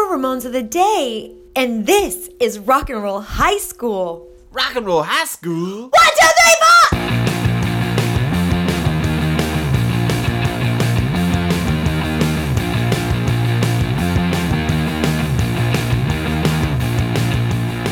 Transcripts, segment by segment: Ramones of the day, and this is Rock and Roll High School. Rock and roll high school. One, two, three, four!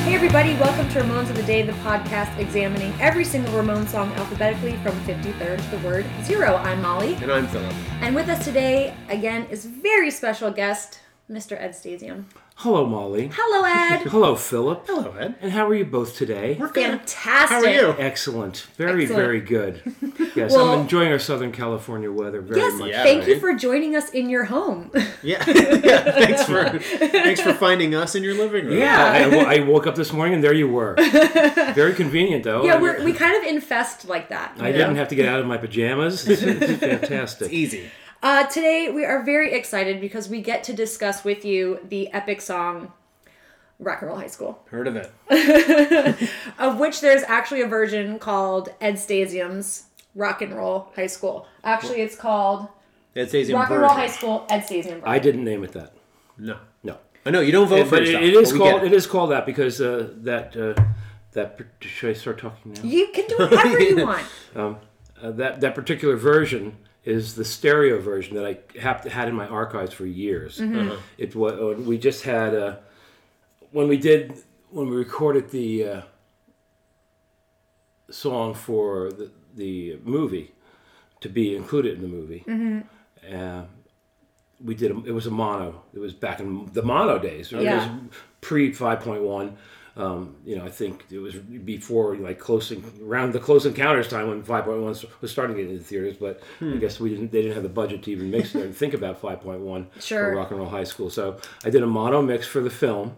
Hey, everybody, welcome to Ramones of the Day, the podcast examining every single Ramones song alphabetically from 53rd to the word zero. I'm Molly. And I'm Philip. And with us today, again, is very special guest, Mr. Ed Stasium. Hello, Molly. Hello, Ed. Hello, Philip. Hello, Ed. And how are you both today? We're good. Fantastic. How are you? Excellent. Very, Excellent. very good. Yes, Well- I'm enjoying our Southern California weather very Yes, much. Yeah, thank you right. for joining us in your home. Yeah. yeah. Thanks for thanks for finding us in your living room. Yeah, I, wo- I woke up this morning and there you were. very convenient, though. yeah, I- we're, we kind of infest like that. I didn't have to get out of my pajamas. This is fantastic. Easy. Uh, today, we are very excited because we get to discuss with you the epic song Rock and Roll High School, Heard of it. of which there's actually a version called Ed Stasium's Rock and Roll High School. Actually, it's called That stays in Rock and Roll High Bergen. School Ed Stasium. I didn't name it that. No. No. I know you don't vote for But it- yourself, it is but we called get it is called that because uh, that uh, that par- should I start talking now? you can do whatever you want. Uh, that that particular version is the stereo version that I have had in my archives for years. It was we just had uh, when we did when we recorded the uh, song for the, the movie to be included in the movie. Uh, we did a, it was a mono. It was back in the mono days. It Yeah. was pre five point one. Um, you know, I think it was before like closing around the close encounters time when five point one was starting to get into theaters. But I guess we didn't. They didn't have the budget to even mix it and think about five point one Sure. for Rock and Roll High School. So I did a mono mix for the film,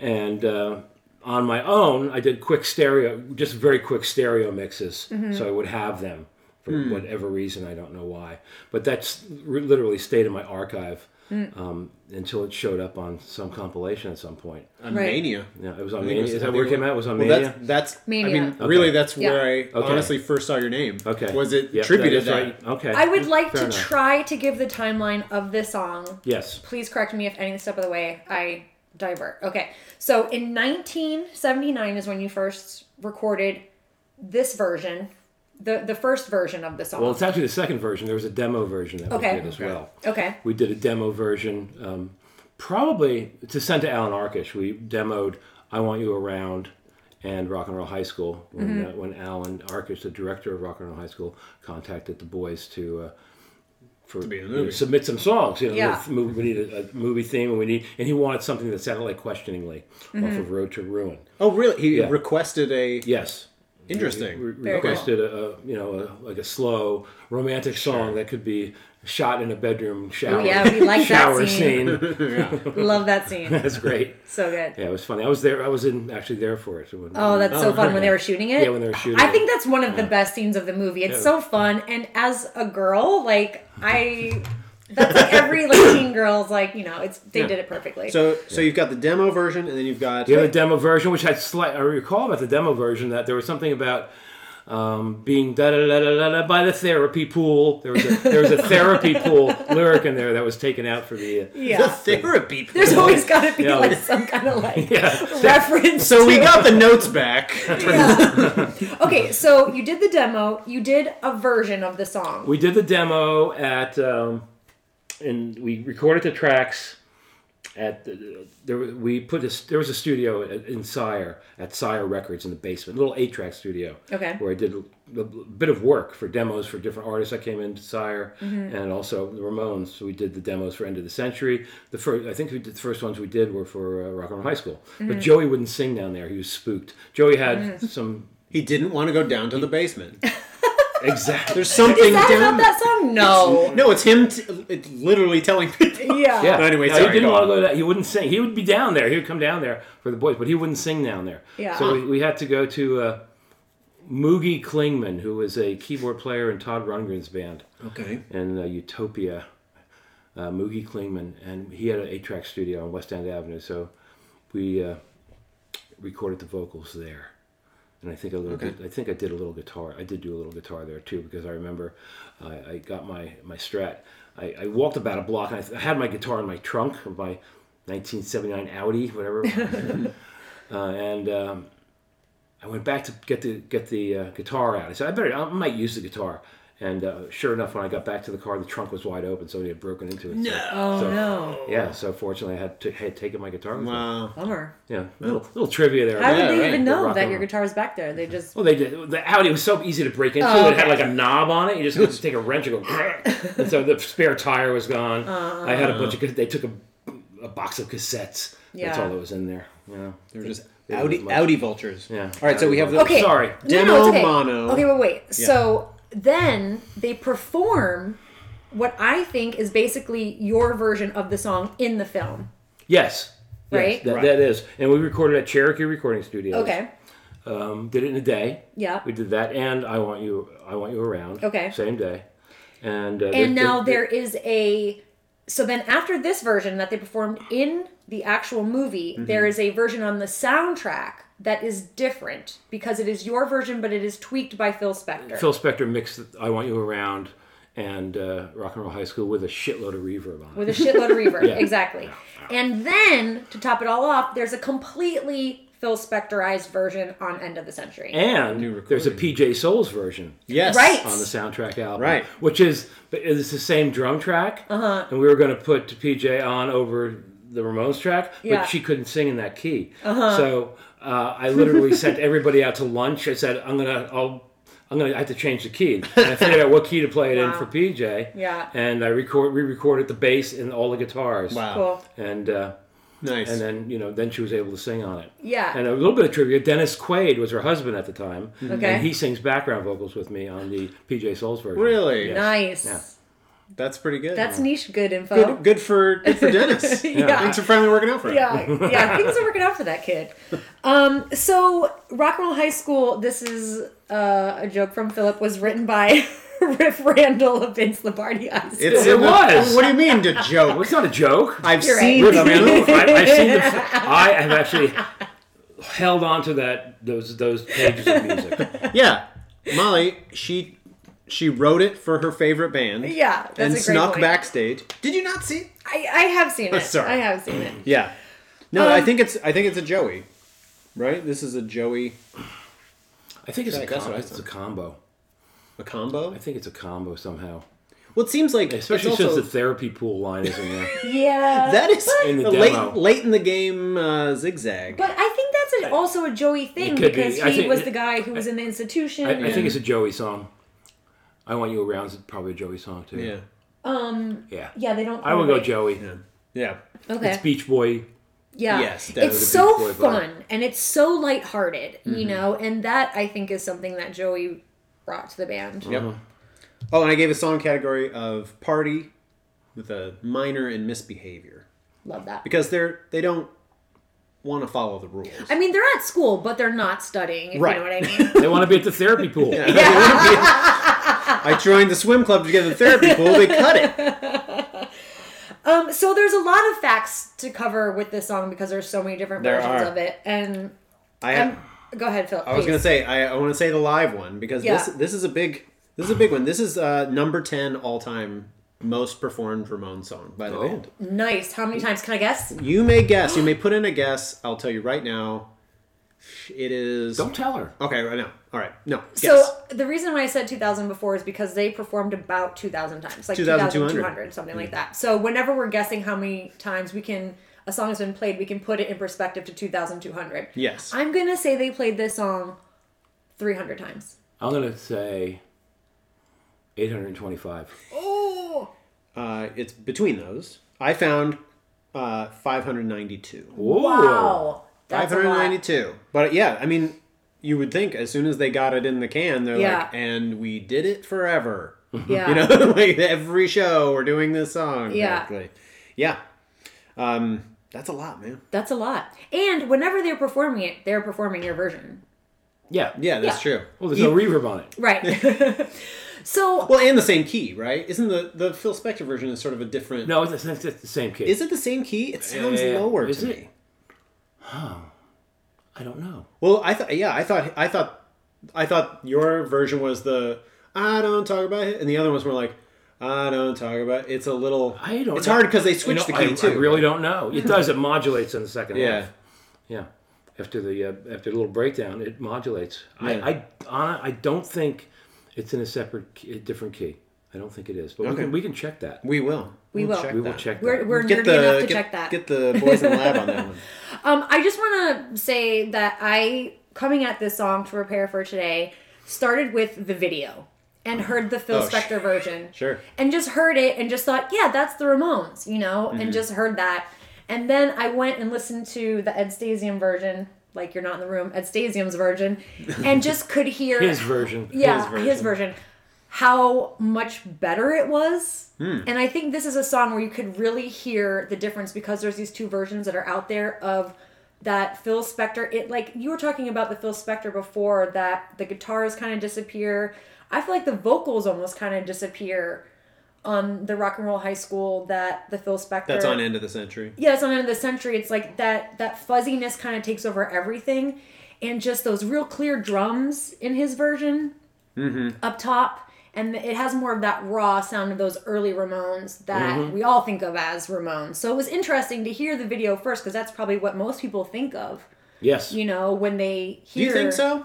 and. Uh, on my own, I did quick stereo, just very quick stereo mixes, Mm-hmm. so I would have them for Hmm. whatever reason. I don't know why, but that's r- literally stayed in my archive Hmm. um, until it showed up on some compilation at some point. on Right. Mania. Yeah, it was on think it Mania. was- Is I that think where it it came out? It was on Well, Mania. that's that's. I Mania. mean, really, that's Yeah. where I Okay. honestly first saw your name. okay. Was it Yeah, attributed? that's right. that? Okay. I would like Fair to enough. try to give the timeline of this song. Yes. Please correct me if any step of the way I divert. Okay. So in 1979 is when you first recorded this version, the the first version of the song. Well, it's actually the second version. There was a demo version that Okay. we did as Okay. well. okay. We did a demo version, um, probably to send to Alan Arkish. We demoed "I Want You Around" and Rock and Roll High School when, Mm-hmm. uh, when Alan Arkish, the director of Rock and Roll High School, contacted the boys to. Uh, for, be in the you know, movie. submit some songs. You know, Yeah. with mov- we need a, a movie theme, and we need, and he wanted something that sounded like "Questioningly" Mm-hmm. off of "Road to Ruin." Oh, really? He Yeah. requested a. Yes, we Interesting. Very requested a, a you know a, like a slow romantic song that could be shot in a bedroom shower. Oh, yeah, we like that shower scene. scene. Love that scene. That's great. So good. Yeah, it was funny. I was there. I was in actually there for it. So when- Oh, that's so fun when they were shooting it. Yeah, when they were shooting I it. think that's one of the best scenes of the movie. It's so fun, and as a girl, like I, that's like every like teen girl's like you know it's they did it perfectly. So, so you've got the demo version, and then you've got. the other demo version, which had slight. I recall about the demo version that there was something about. Um, being da da da da da by the therapy pool. There was a, there was a therapy pool lyric in there that was taken out for the. Uh, The yeah, therapy. there's always got to be Yeah. like some kind of like Yeah. reference. So we to- got the notes back. okay. So you did the demo. You did a version of the song. Um, we did the demo at um, and we recorded the tracks at the, there were- we put a, there was a studio at- in Sire at Sire Records in the basement, little eight track studio. Okay. Where I did a, a bit of work for demos for different artists that came into Sire, and also the Ramones. So we did the demos for End of the Century. The first, I think we did, the first ones we did were for uh, Rock and Roll High School. But Joey wouldn't sing down there; he was spooked. Joey had some He didn't want to go down to the basement. exact. There's something Is that down. about that song? No. No, it's him. T- it's literally telling people. Yeah. Yeah. Anyway, No, sorry, he didn't go want on. to go. To that. He wouldn't sing. He would be down there. He would come down there for the boys, but he wouldn't sing down there. Yeah. So we, we had to go to uh, Moogie Klingman, who was a keyboard player in Todd Rundgren's band Okay. in uh, Utopia. Uh, Moogie Klingman, and he had an eight-track studio on West End Avenue. So we uh, recorded the vocals there. And I think a little. bit I think I did a little guitar. I did do a little guitar there too because I remember uh, I, I got my my Strat. I, I walked about a block and I, th- I had my guitar in my trunk of my 1979 Audi, whatever. it was. uh, and um, I went back to get the get the uh, guitar out. I said, I better, I might use the guitar. And uh, sure enough, when I got back to the car, the trunk was wide open. Somebody had broken into it. No. Oh no, yeah. So fortunately, I had, to, had taken my guitar. with me. Wow. bummer. Yeah. Little, little trivia there. How Yeah, would they right. even The know rock that and your roll. guitar's back there? They just Well, they did. The Audi was so easy to break into. Oh, It had like a knob on it. You just had to take a wrench and go. and so the spare tire was gone. I had a bunch of. They took a, a box of cassettes. That's Yeah. all that was in there. Yeah. They're just They don't Audi look- Audi vultures. Yeah. All right, so we have the okay. Sorry. No, no, Demo it's okay. mono. Okay, but wait. So then they perform what I think is basically your version of the song in the film, Yes. Yes, Right? that- Right. that is. And we recorded at Cherokee Recording Studios. Okay. Um, did it in a day. Yeah. We did that, and I want you. I want you around. Okay. Same day. And uh, And there- now there- there is a. So then after this version that they performed in the actual movie, Mm-hmm. there is a version on the soundtrack that is different because it is your version, but it is tweaked by Phil Spector. Phil Spector mixed "I Want You Around" and uh, "Rock and Roll High School" with a shitload of reverb on it. with a shitload of reverb. Yeah. Exactly. And then to top it all off, there's a completely Phil Spectorized version on End of the Century. And there's a PJ Souls version Yes. right. on the soundtrack album, Right. Which is but it's the same drum track, uh-huh. and we were going to put PJ on over the Ramones track, but Yeah. she couldn't sing in that key. Uh-huh. So uh, I literally sent everybody out to lunch. I said, "I'm gonna, I'll." I'm gonna I have to change the key. And I figured out what key to play it in for PJ. Yeah. And I record re-recorded the bass and all the guitars. Wow. cool. And uh, Nice. and then you know then she was able to sing on it Yeah. Mm-hmm. and a little bit of trivia dennis quaid was her husband at the time Okay. and he sings background vocals with me on the pj souls version Really? Yes. Nice. Yeah. That's pretty good. That's niche good info. good. Good for good for Dennis. Yeah. Things are finally working out for him. Yeah, yeah, things are working out for that kid. Um, so, Rock and Roll High School, this is uh, a joke from Philip, was written by Riff Randall of Vince Lombardi High School. It's It in the- was. what do you mean to joke? it's not a joke I've You're seen right. the I, movie. have seen the, I have actually held on to that those those pages of music Yeah, Molly. She she wrote it for her favorite band. Yeah, that's and a great snuck point. backstage. Did you not see? I, I have seen it. Sorry. I have seen it. Yeah. No, I Um, think it's I think it's a Joey, right? This is a Joey i think it's, a, Right, that's com- what I it's a thought. combo a combo. i think it's a combo somehow Well, it seems like especially it's since also, the therapy pool line is in there Yeah. that is In the a late demo. late in the game uh, zigzag. But I think that's an, also a Joey thing It could because be. I he think- was the guy who was in the institution. I, I think it's a joey song i want you around is probably a joey song too yeah, yeah, Um, yeah, they don't. i would go correlate. joey yeah. Okay. it's beach boy yeah. Yes, definitely it's the so Beach Boy vibe. fun and it's so lighthearted, Mm-hmm. you know, and that I think is something that Joey brought to the band. Yep. Oh, and I gave a song category of party with a minor in misbehavior Love that. because they're they don't want to follow the rules. I mean, they're at school, but they're not studying. If Right. You know what I mean? They want to be at the therapy pool. I joined the swim club to get the therapy pool. They cut it. um, so there's a lot of facts to cover with this song because there's so many different There versions are. of it. And I um, go ahead, Phil. I was gonna say I, I want to say the live one because this Yeah. this is a big this is a big one. This is uh, number ten all time most performed Ramon song by the Oh. band. nice. How many times can I guess? You may guess. You may put in a guess. I'll tell you right now. It is Don't tell her. okay. Right now. All right. No. Guess. So the reason why I said 2000 before is because they performed about 2000 times, like 2,200. 2200, something like that. So whenever we're guessing how many times we can a song has been played, we can put it in perspective to 2200. yes. I'm going to say they played this song 300 times. I'm gonna say 825. Oh, Uh, it's between those. I found uh, 592. Whoa. wow. That's a lot. 592. But yeah, I mean, you would think as soon as they got it in the can, they're Yeah. like, and we did it forever. Yeah. You know, like every show we're doing this song. Yeah. Basically. Yeah. Um, that's a lot, man. That's a lot. And whenever they're performing it, they're performing your version. Yeah. Yeah, that's Yeah. true. Well, there's no reverb on it. Right. so Well, and the same key, right? Isn't the the Phil Spector version is sort of a different? No, it's, it's, it's the same key. Is it the same key? It sounds Yeah, yeah, yeah. lower Is to it? me. I don't know. Well, I thought, yeah, I thought, I thought, I thought your version was the I don't talk about it, and the other ones were like I don't talk about. It's a little. I don't It's know. hard because they You know, switched I, the key I too. really don't know. It does. It modulates in the second Yeah. half. Yeah. After the uh, after the little breakdown, it modulates. Yeah. I I hon- I don't think it's in a separate key, a different key. I don't think it is. But we Okay. can we can check that. We will. We will. We will that. check We're, that. we're nerdy Get the enough to get, check that. get the boys in the lab on that one. Um, I just want to say that I, coming at this song to prepare for today, started with the video and heard the Phil Oh, sh- Spector version. Sure. And just heard it and just thought, yeah, that's the Ramones, you know, Mm-hmm. and just heard that. And then I went and listened to the Ed Stasium version, like you're not in the room, Ed Stasium's version, and just could hear His version. yeah, His his version. version. How much better it was. Hmm. And I think this is a song where you could really hear the difference because there's these two versions that are out there of that Phil Spector. It like you were talking about the Phil Spector before that the guitars kind of disappear. I feel like the vocals almost kind of disappear on the rock and roll high school that the Phil Spector That's on end of the century. yeah, it's on end of the century. It's like that that fuzziness kind of takes over everything, and just those real clear drums in his version Mm-hmm. up top, and it has more of that raw sound of those early Ramones that Mm-hmm. we all think of as Ramones. So it was interesting to hear the video first because that's probably what most people think of, Yes. you know, when they Do hear. you think so?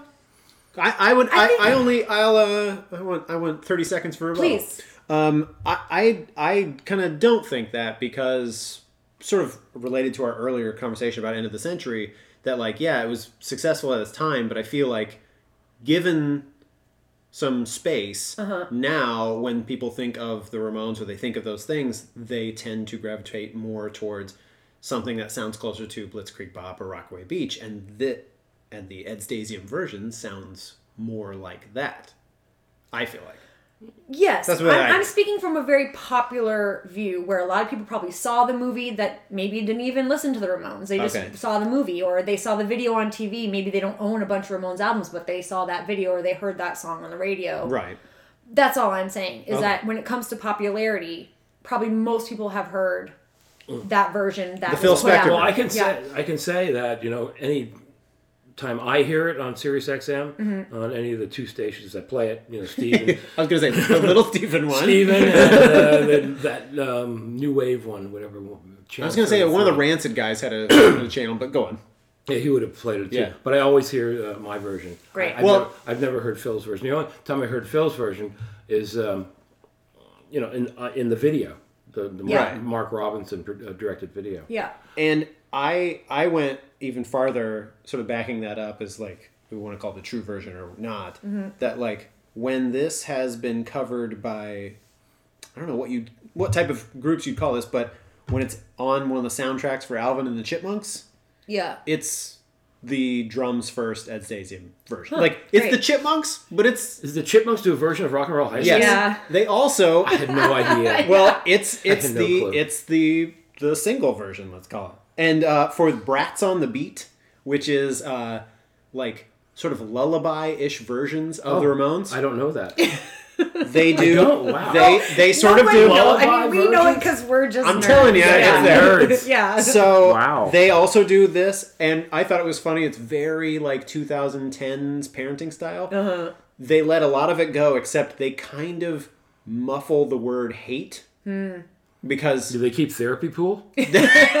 I, I would. I, think- I, only. I'll. Uh, I want. I want thirty seconds for a Please. Um, I I, I kind of don't think that because sort of related to our earlier conversation about end of the century that like yeah it was successful at its time but I feel like given some space now when people think of the Ramones or they think of those things they tend to gravitate more towards something that sounds closer to Blitzkrieg Bop or Rockaway Beach and the and the Ed Stasium version sounds more like that I feel like Yes, That's what I'm, I- I'm speaking from a very popular view where a lot of people probably saw the movie that maybe didn't even listen to the Ramones. They just Okay. saw the movie or they saw the video on TV. Maybe they don't own a bunch of Ramones albums, but they saw that video or they heard that song on the radio. right That's all I'm saying is Okay. that when it comes to popularity, probably most people have heard that version. That The Phil was put out. Spector Well, I can Yeah. say I can say that you know any time I hear it on Sirius XM Mm-hmm. on any of the two stations that play it, you know, Steven, I was gonna say the little Stephen one. Steven, and uh, the, that um, new wave one, whatever. one- I was gonna say one of the rancid guys had a, had a channel, but go on. Yeah, he would have played it too. Yeah. But I always hear uh, my version. Great. I, have Well- never, I've never heard Phil's version. The only time I heard Phil's version is, um, you know, in uh, in the video, the, the Yeah. Mark, Mark Robinson pr- uh, directed video. Yeah. And I I went even farther, sort of backing that up as like we want to call it the true version or not. That like when this has been covered by I don't know what you what type of groups you'd call this, but when it's on one of the soundtracks for Alvin and the Chipmunks, Yeah. it's the drums first Ed Stasium version. like it's the great. Chipmunks, but it's Is the Chipmunks do a version of Rock and Roll High School? yes. Yeah. They also I had no idea. Well, it's it's had no the clue. it's the the single version, let's call it. And uh, for Brats on the Beat, which is uh, like sort of lullaby-ish versions of the Oh, I Ramones, don't know that. they do. don't, wow. They they sort of Nobody do. knows. I mean, Lullaby we know it versions? because we're just. I'm nerds. telling you, yeah. it's Nerds. yeah. So Wow. they also do this, and I thought it was funny. It's very like 2010s parenting style. Uh-huh. They let a lot of it go, except they kind of muffle the word hate Hmm. because Do they keep therapy pool?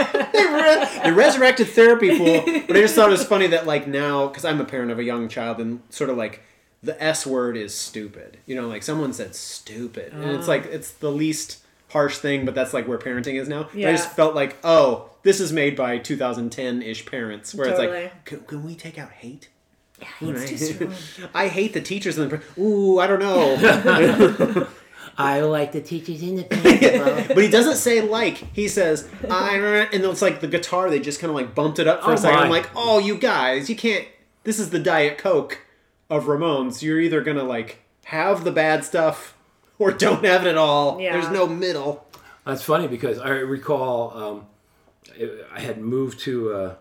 the resurrected therapy pool. But I just thought it was funny that like now, because I'm a parent of a young child, and sort of like the S word is stupid. You know, like someone said stupid, and it's like it's the least harsh thing, but that's like where parenting is now. But I just Yeah. felt like, oh, this is made by 2010-ish parents, where Totally. it's like, can, can we take out hate? It's too strong. I hate the teachers and the pr- ooh, I don't know. I like the teachers in the band. but he doesn't say like. He says I and it's like the guitar. They just kind of like bumped it up for Oh a second. I'm my. like, oh, you guys, you can't. This is the Diet Coke of Ramones. You're either gonna like have the bad stuff or don't have it at all. Yeah. There's no middle. That's funny because I recall um, I- I had moved to, uh,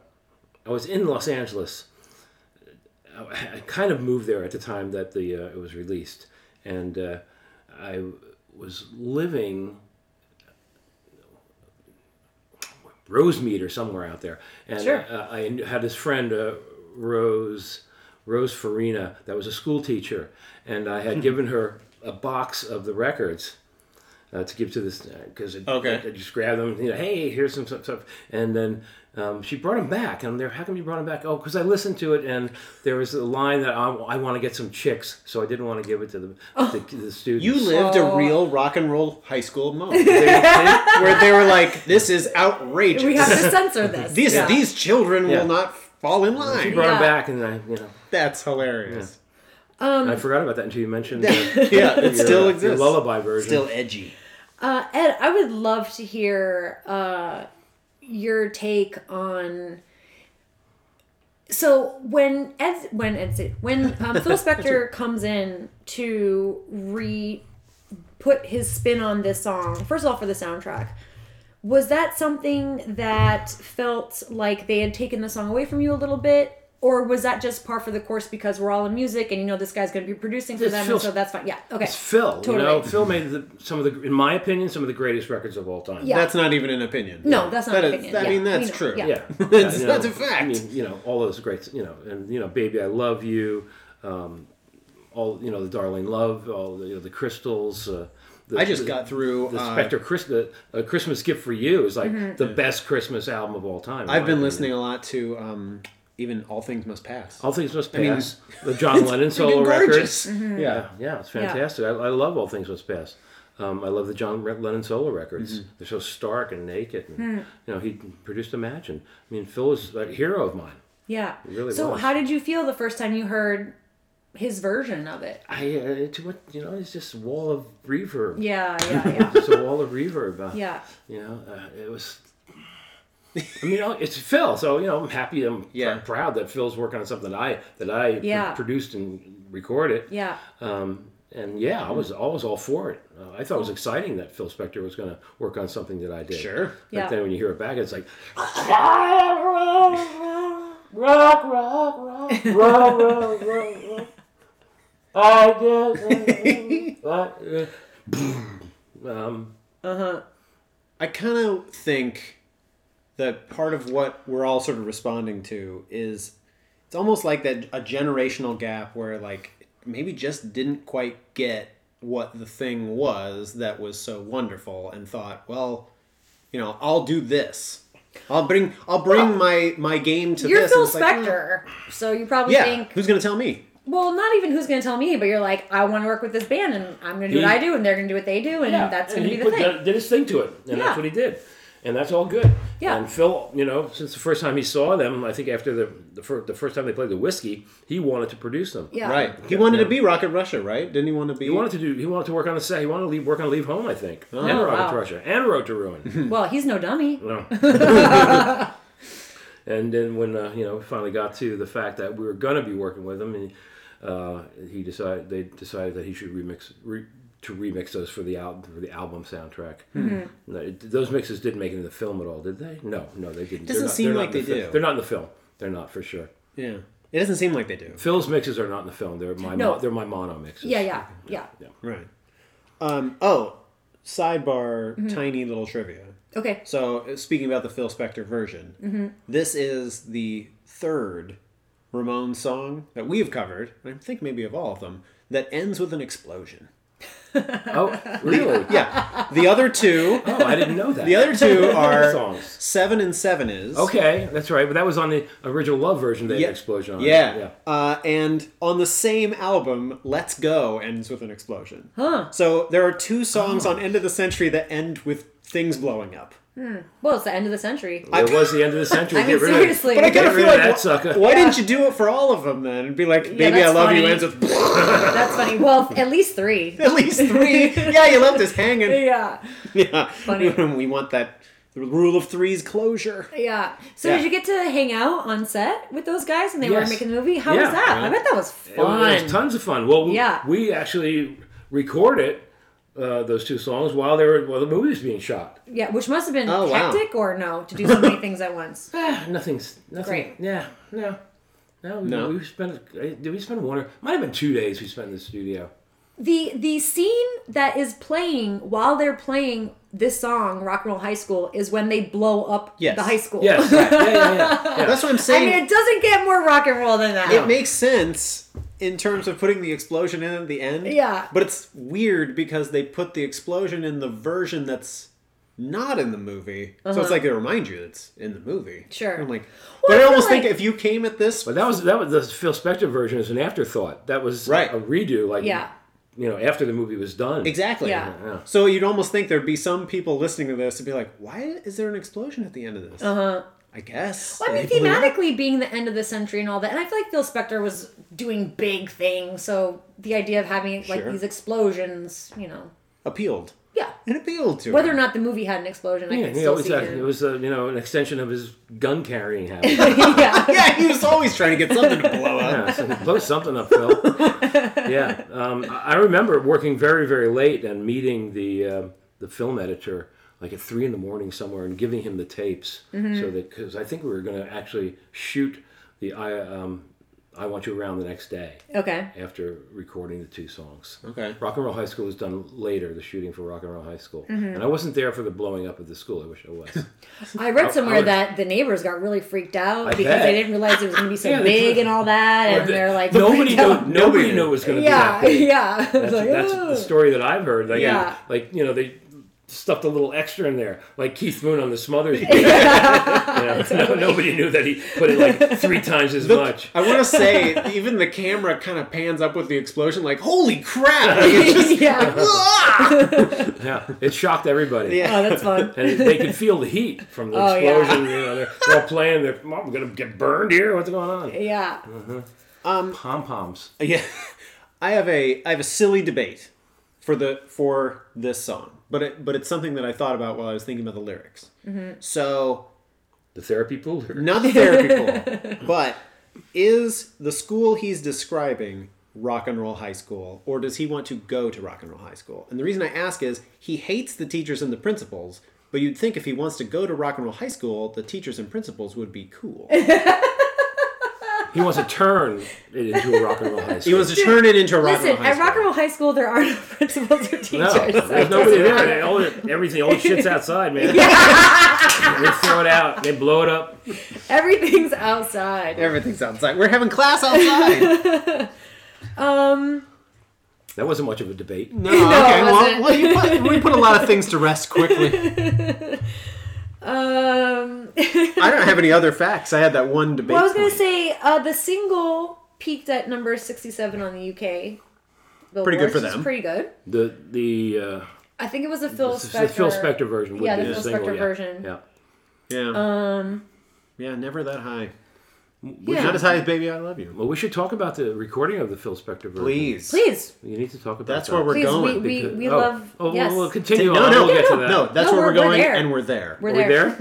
I was in Los Angeles. I I kind of moved there at the time that the uh, it was released, and uh, I was living Rosemead or somewhere out there, and Sure. uh, I had this friend uh, Rose Rose Farina that was a school teacher, and I had given her a box of the records uh, to give to this because it Okay. I just grabbed them. You know, hey, here's some stuff. stuff. And then um, she brought them back. And I'm there. How come you brought them back? Oh, because I listened to it, and there was a line that I, want to get some chicks, so I didn't want to give it to the to the students. You lived Oh. a real rock and roll high school moment where they were like, "This is outrageous. We have to censor this. these Yeah. these children Yeah. will not fall in She line." brought Yeah. them back, and I you know That's hilarious. I forgot about that until you mentioned uh, Yeah, it your- still your exists. lullaby version. Still edgy. Uh, Ed, I would love to hear uh, your take on. So when Ed, when Ed, Sid- when um, Phil Spector comes in to re put his spin on this song, first of all for the soundtrack, was that something that felt like they had taken the song away from you a little bit? Or was that just par for the course because we're all in music and you know this guy's going to be producing for This them, and feels- so that's fine. Yeah, okay. It's Phil, you know, Totally. Phil made the, some of the, in my opinion, some of the greatest records of all time. Yeah. That's not even an opinion. No, that's not That an is- opinion. I Yeah, mean, that's we know. true. Yeah. yeah, That's- Yeah, you that's a I fact. mean, you know, all those great, you know, and you know, baby, I love you, um, all you know, the darling love, all the, you know, the crystals. Uh, the, I just the- got through. the uh, Mm-hmm. Spectre Christ- the, a Christmas gift for you is like the best Christmas album of all time. in I've my been opinion. listening a lot to um, even All Things Must Pass. All things must mean, pass. the John Lennon solo Freaking records. gorgeous. Mm-hmm. Yeah. Yeah, it's fantastic. I, I love all things must pass. Um, I love the John Re- Lennon solo records. Mm-hmm. They're so stark and naked. And, Hmm. You know, he produced Imagine. I mean, Phil is a hero of mine. Yeah. really so was. how did you feel the first time you heard his version of it? I uh, it's what you know. It's just a wall of reverb. Yeah, yeah, yeah. Just a wall of reverb. Uh, yeah. You know, uh, it was. I mean, oh, it's Phil, so you know I'm happy. I'm pr- Yeah. proud that Phil's working on something that I that I pr- Yeah. produced and recorded. Yeah. Mm-hmm. Um, and yeah, I was I was all for it. Uh, I thought it was exciting that Phil Spector was going to work on something that I did. Sure. But Yeah. then when you hear it back, it's like rock, rock, rock, rock, rock, rock, rock. I just. what? um, I kind of think that part of what we're all sort of responding to is it's almost like that a generational gap where like maybe just didn't quite get what the thing was that was so wonderful and thought, well, you know, I'll do this. I'll bring I'll bring my my game to You're this. Phil And it's like, well, Spector, so you probably yeah, think, who's gonna tell me? well, not even who's going to tell me, but you're like, I want to work with this band, and I'm going to do what He- I do, and they're going to do what they do, and yeah, that's and going to be he the put- thing. did- Did his thing to it, and Yeah. that's what he did, and that's all good. Yeah. And Phil, you know, since the first time he saw them, I think after the the, fir- the first time they played the whiskey, he wanted to produce them. yeah. Right. He wanted Yeah. to be Rocket Russia, right? Didn't he want to be He wanted to do. He wanted to work on the set. He wanted to leave, work on Leave Home, I think, and Oh, Rocket wow. to Russia, and Road to Ruin. Well, he's no dummy. No. and then when uh, you know we finally got to the fact that we were going to be working with him, and uh, he decided they decided that he should remix re, to remix those for the album for the album soundtrack. Hmm. No, it- those mixes didn't make it in the film at all, did they? No, no, they didn't. They're Doesn't not- seem they're not like in the they fi- do. They're not in the film. They're not for sure. Yeah. It doesn't seem like they do. Phil's mixes are not in the film. They're my No. mo- they're my mono mixes. Yeah, yeah, yeah. Right. Um, oh, sidebar, tiny little trivia. Okay. So, uh, speaking about the Phil Spector version, this is the third Ramones song that we've covered, and I think maybe of all of them, that ends with an explosion. Oh, really? Yeah. the other two, Oh, I didn't know that. the other two are songs. seven and seven is Okay, that's right. But that was on the original Love version. They had Yeah. an explosion on it. Yeah. Uh, and on the same album, Let's Go ends with an explosion. Huh. So there are two songs on End of the Century that end with things blowing up. Well, it's the end of the century. Yeah. It was the end of the century. I mean, Get rid of it. seriously. But I kind Get of rid feel of like that why- sucker. Why didn't you do it for all of them then? And be like, "Baby, I that's love you" funny. ends with That's funny. Well, at least three. at least three. yeah, you left us hanging. yeah. Yeah, Funny. we want that the rule of threes closure. Yeah. So Yeah. did you get to hang out on set with those guys and they Yes. were making the movie? How Yeah. was that? I Yeah. bet that was It was, fun. it was tons of fun. Well, we, Yeah. we actually recorded uh, those two songs while they were while the movie was being shot. Yeah, which must have been Oh, wow. hectic or no to do so many things at once. Ah, nothing's nothing. Great. Yeah, no, no, No. We spent eh, did we spend one or might have been two days we spent in the studio. The the scene that is playing while they're playing this song, Rock and Roll High School, is when they blow up Yes. the high school. Yes, right. yeah, yeah, yeah. yeah. That's what I'm I saying. mean, it doesn't get more rock and roll than that. it makes sense in terms of putting the explosion in at the end. Yeah. But it's weird because they put the explosion in the version that's not in the movie. So it's like they remind you it's in the movie. Uh-huh. Sure. And I'm like, Well, I but I feel almost like- think if you came at this, But that was that was the Phil Spector version is an afterthought. That was Right. a redo, like Yeah. you know, after the movie was done. exactly. Yeah. Yeah. So you'd almost think there'd be some people listening to this to be like, why is there an explosion at the end of this? Uh huh. I guess. Uh-huh. Well, I mean, They blew it up. thematically being the end of the century and all that, and I feel like Phil Spector was doing big things. So the idea of having like Sure. these explosions, you know, appealed. yeah. It appealed to Whether her. or not the movie had an explosion, I Yeah, can he still always see had, it. it was uh, you know an extension of his gun carrying habit. yeah. Yeah, he was always trying to get something to blow up. yeah, so blow something up, Phil. yeah, um, I I remember working very very late and meeting the um the film editor like at three in the morning somewhere and giving him the tapes Mm-hmm. so that because I think we were going to actually shoot the I um, I want you around the next day. Okay. after recording the two songs. Okay. Rock and Roll High School was done later, the shooting for Rock and Roll High School. Mm-hmm. And I wasn't there for the blowing up of the school. I wish I was. I read I- somewhere I would- that the neighbors got really freaked out I because bet. they didn't realize it was going to be so Yeah, they big did. and all that, and they're like, nobody knew, freaked out. nobody, Nobody knew knew. it was going to Yeah, be that big. yeah. It's That's, like, that's "Oh." the story that I've heard. Like, Yeah. like you know, they stuffed a little extra in there, like Keith Moon on the Smothers. Band. You know, no, nobody knew that he put it like three times as The- much. I want to say even the camera kind of pans up with the explosion, like holy crap! Like, it's just, Yeah. like, "Ah!" Yeah, it shocked everybody. Oh, that's fun. and they could feel the heat from the Oh, yeah. explosion. You know, they're, they're all playing. They're, "Mom, we're gonna get burned here. What's going on? yeah. Pom poms. yeah. I have a I have a silly debate for the for this song, but it but it's something that I thought about while I was thinking about the lyrics. Mm-hmm. So The therapy pool. or- not the therapy pool, but is the school he's describing rock and roll high school, or does he want to go to rock and roll high school? And the reason I ask is he hates the teachers and the principals, but you'd think if he wants to go to rock and roll high school, the teachers and principals would be cool. He wants to turn it into a rock and roll high school. He wants to turn it into a rock Listen, and roll high at school. Rock and Roll High School, there are no principals or teachers. no, so it there's doesn't nobody there. matter. They- all the- everything, all the shit's outside, man. they throw it out. They blow it up. Everything's outside. Everything's outside. We're having class outside. Um, That wasn't much of a debate. No, it okay. Well, wasn't. well you put, we put a lot of things to rest quickly. um, I don't have any other facts. I had that one debate. Well, I was going to point. say uh, the single peaked at number 67 on the UK. Billboard, Pretty good for which is them. Pretty good. The the uh, I think it was a Phil the Spector. Phil Spector version would Yeah, be the the, Phil single. Spector yeah. version. Yeah. Yeah. um, yeah, never that high. Yeah. Not as high as Baby I Love You. Well, we should talk about the recording of the Phil Spector version. Please. Please, You need to talk about. That's that. where we're please, going. we, we, Because- we oh. love. Oh, yes. we'll, we'll continue no, on. no, we'll get no, to that. no, that's No, we're- where we're we're going, there. and we're there. We're Are we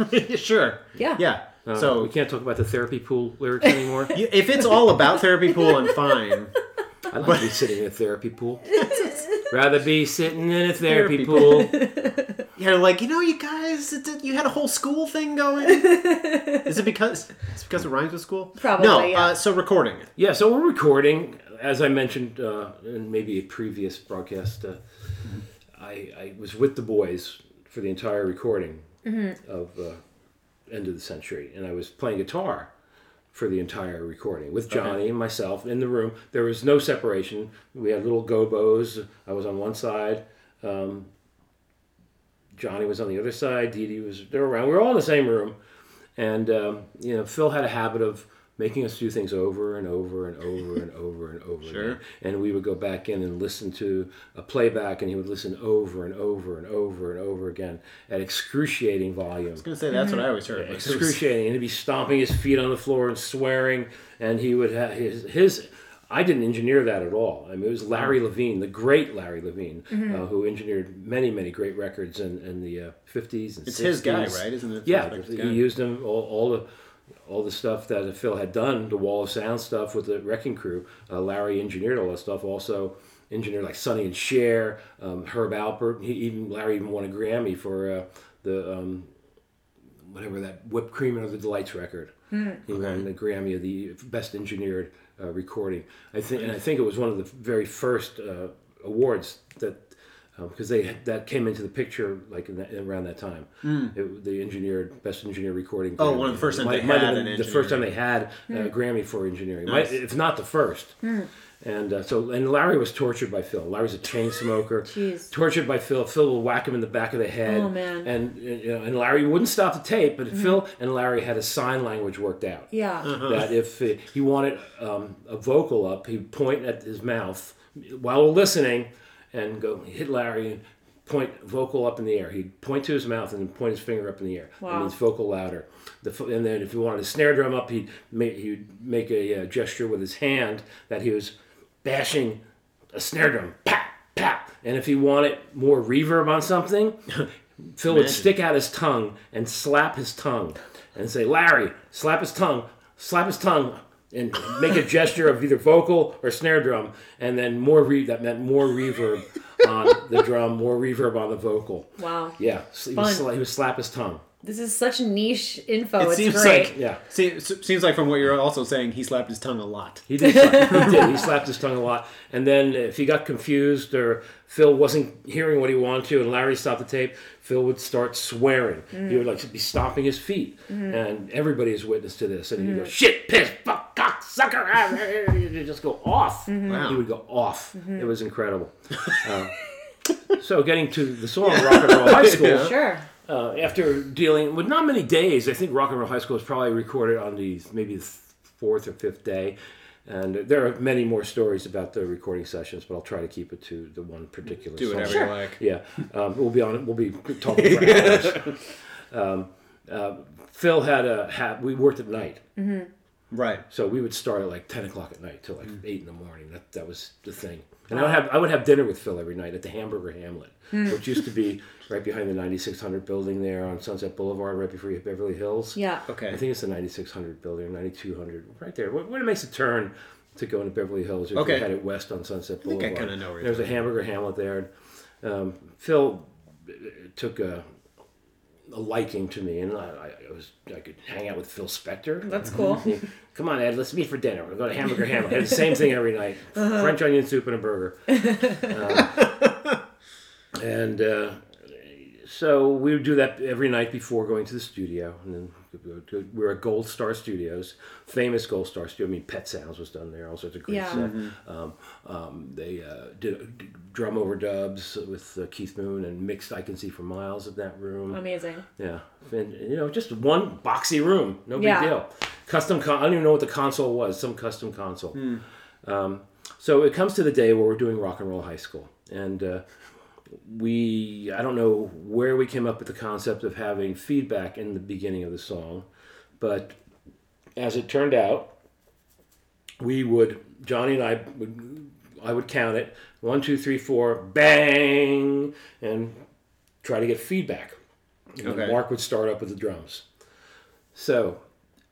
there. there? sure. Yeah. Yeah. Uh, so we can't talk about the therapy pool lyrics anymore. y- if it's all about therapy pool, I'm fine. I'd like to be sitting in a therapy pool. Rather be sitting in a Therapy therapy pool. Yeah, like you know, you guys, it, did- you had a whole school thing going. Is it because it's because it rhymes with school? Probably, No. yeah. Uh, so recording it. Yeah, so we're recording. As I mentioned uh, in maybe a previous broadcast, uh, I, I was with the boys for the entire recording of uh, End of the Century, and I was playing guitar for the entire recording with Johnny and myself in the room. There was no separation. We had little gobos. I was on one side. Um, Johnny was on the other side. Dee Dee was they were around. We were all in the same room, and um, you know Phil had a habit of making us do things over and over and over and over and over Sure. again. And we would go back in and listen to a playback, and he would listen over and over and over and over again at excruciating volume I was gonna say that's what Mm-hmm. I always heard. but it was- excruciating. And he'd be stomping his feet on the floor and swearing. And he would have his his. I didn't engineer that at all. I mean, it was Larry Levine, the great Larry Levine, Mm-hmm. uh, who engineered many, many great records in, in the uh, fifties and It's his guy, 60s. right? Isn't it? Yeah, It's his he guy. used them all, all the all the stuff that Phil had done, the Wall of Sound stuff with the Wrecking Crew. Uh, Larry engineered all that stuff. Also engineered like Sonny and Cher, um, Herb Alpert. He even Larry even won a Grammy for uh, the um, whatever that whipped cream under the delights record. He won the Grammy of the best engineered uh, recording. I think, and I think it was one of the very first uh, awards that because they that came into the picture like in that, around that time. It, the engineered best engineered recording. Hmm. Oh, Grammy. one of the first It times they might had have been an the first engineer. Hmm. time they had a Grammy for engineering. Might- Nice. if not the first. And uh, so, and Larry was tortured by Phil. Larry's a chain smoker. Jeez. Tortured by Phil. Phil will whack him in the back of the head. Oh, man. And you know, and Larry wouldn't stop the tape, but Phil and Larry had a sign language worked out. Mm-hmm. Yeah. That if uh, he wanted um, a vocal up, he'd point at his mouth while we're listening, and go hit Larry and point vocal up in the air. He'd point to his mouth and then point his finger up in the air. That Wow. means vocal louder. The, fo- and then if he wanted a snare drum up, he'd make, he'd make a uh, gesture with his hand that he was bashing a snare drum. Pap, pap. And if he wanted more reverb on something, Phil would stick out his tongue and slap his tongue and say, Larry, slap his tongue, slap his tongue. And make a gesture of either vocal or snare drum, and then more re- that meant more reverb on the drum, more reverb on the vocal. Wow. Yeah, so he, would Fun. sla- he would slap his tongue. This is such niche info. it Oh, it's seems great. like Yeah. se- s- seems like from what you're also saying, he slapped his tongue a lot. He did. Slap, he did. He slapped his tongue a lot. And then if he got confused or Phil wasn't hearing what he wanted to, and Larry stopped the tape, Phil would start swearing. He would like be stomping his feet, and everybody is witness to this. And he'd go shit, piss, fuck, cock, sucker. ah, ah, ah," He'd just go off. Wow. He would go off. It was incredible. Uh, so getting to the song "Rock and Roll High School." Sure. uh, after dealing with not many days, I think Rock and Roll High School was probably recorded on the maybe the fourth or fifth day. And there are many more stories about the recording sessions, but I'll try to keep it to the one particular. Do song. whatever you like. Yeah, um, we'll be on. We'll be talking for hours. um, uh, Phil had a had, we worked at night, Right. so we would start at like ten o'clock at night till like eight in the morning. That that was the thing. And I would have I would have dinner with Phil every night at the Hamburger Hamlet, which used to be right behind the ninety six hundred building there on Sunset Boulevard, right before you hit Beverly Hills. Yeah. Okay. I think it's the ninety six hundred building, ninety two hundred, right there. When when it makes a turn to go into Beverly Hills, or if Okay. you headed west on Sunset think Boulevard, I kinda know where you're there's a Hamburger Hamlet there. Um, Phil uh, took a, a liking to me, and I, I was I could hang out with Phil Spector. That's cool. Come on, Ed, let's meet for dinner. We'll go to Hamburger Hamlet. Have the same thing every night Uh-huh. French onion soup and a burger. Um, and uh, so we would do that every night before going to the studio. And then we would go- we were at Gold Star Studios, famous Gold Star Studio. I mean, Pet Sounds was done there, all sorts of great Yeah. stuff. Um, um, they uh, did, did drum overdubs with uh, Keith Moon and mixed I Can See for Miles in that room. Amazing. Yeah, and you know, just one boxy room, no big Yeah. deal. Custom, con- I don't even know what the console was, some custom console. Um, so it comes to the day where we're doing rock and roll high school, and uh, we, I don't know where we came up with the concept of having feedback in the beginning of the song, but as it turned out, we would Johnny and I would I would count it one two three four bang and try to get feedback. And then Okay. Mark would start up with the drums. So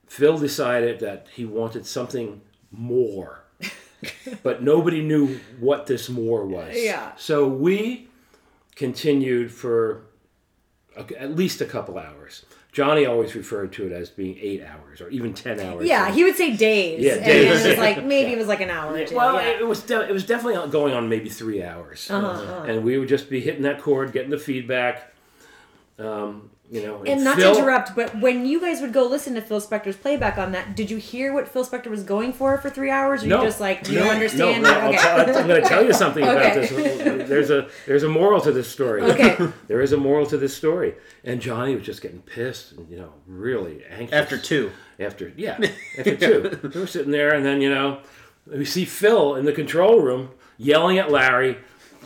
Phil decided that he wanted something more, but nobody knew what this more was. Yeah. So we continued for a, at least a couple hours. Johnny always referred to it as being eight hours or even ten hours. Yeah, he would say days. Yeah, and days. then it was like maybe it was like an hour or two. Well, yeah. Uh-huh, it- it was de- it was definitely on- going on maybe three hours, Uh-huh. and we would just be hitting that chord, getting the feedback. Um, you know, and not Phil- to interrupt, but when you guys would go listen to Phil Spector's playback on that, did you hear what Phil Spector was going for for three hours? Or No, you just like, do no, you understand? No, no, that? I'll tell, I'm going to tell you something about Okay. this. There's a there's a moral to this story. Okay. There is a moral to this story, and Johnny was just getting pissed and you know really anxious After two. after yeah after two we were sitting there and then you know we see phil in the control room yelling at larry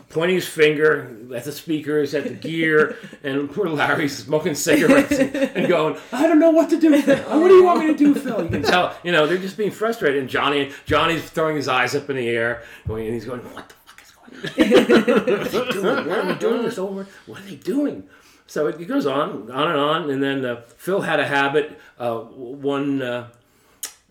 pointing his finger at the speakers at the gear and poor larry's smoking cigarettes and, and going i don't know what to do phil. what do you want me to do phil you can tell you know they're just being frustrated and johnny johnny's throwing his eyes up in the air going and he's going what the fuck is going on doing? Why are we doing this over? What are they doing? So it, it goes on, on and on. And then uh, Phil had a habit. Uh, w- one, uh, uh,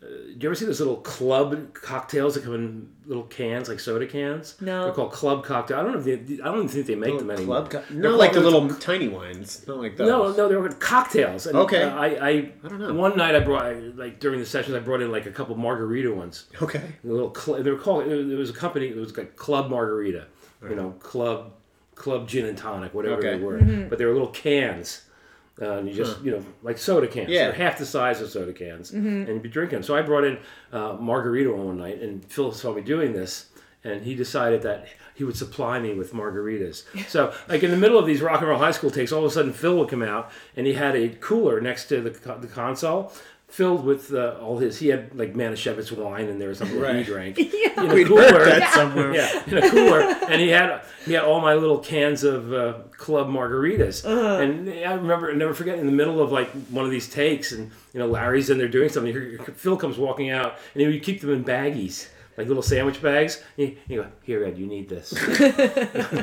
do you ever see those little club cocktails that come in little cans, like soda cans? No. They're called club cocktail. I don't know if they, I don't even think they make them anymore. Club co- They're no, called- like the little tiny wines. Not like those. no, no, they were cocktails. And, Okay. uh, I, I, I don't know. One night I brought, I, like during the sessions, I brought in like a couple margarita ones. Okay. The little cl- they were called. It was a company. It was like Club Margarita, you know, Club Club Gin and Tonic, whatever Uh-huh. Okay. they were. But they were little cans, Uh, and you just, you know, like soda cans. Yeah. They're half the size of soda cans. And you'd be drinking. So I brought in uh, margarita one night, and Phil saw me doing this, and he decided that he would supply me with margaritas. So, like in the middle of these rock and roll high school takes, all of a sudden Phil would come out, and he had a cooler next to the, co- the console. Filled with uh, all his, he had like Manischewitz wine in there or something that he Right. drank. Yeah. In a We'd cooler, heard that somewhere. yeah, in a cooler, and he had he had all my little cans of uh, club margaritas, and I remember I never forget in the middle of like one of these takes, and you know Larry's in there doing something. Here, Phil comes walking out, and he would keep them in baggies, like little sandwich bags. And he, he go, "Here, Ed, you need this,"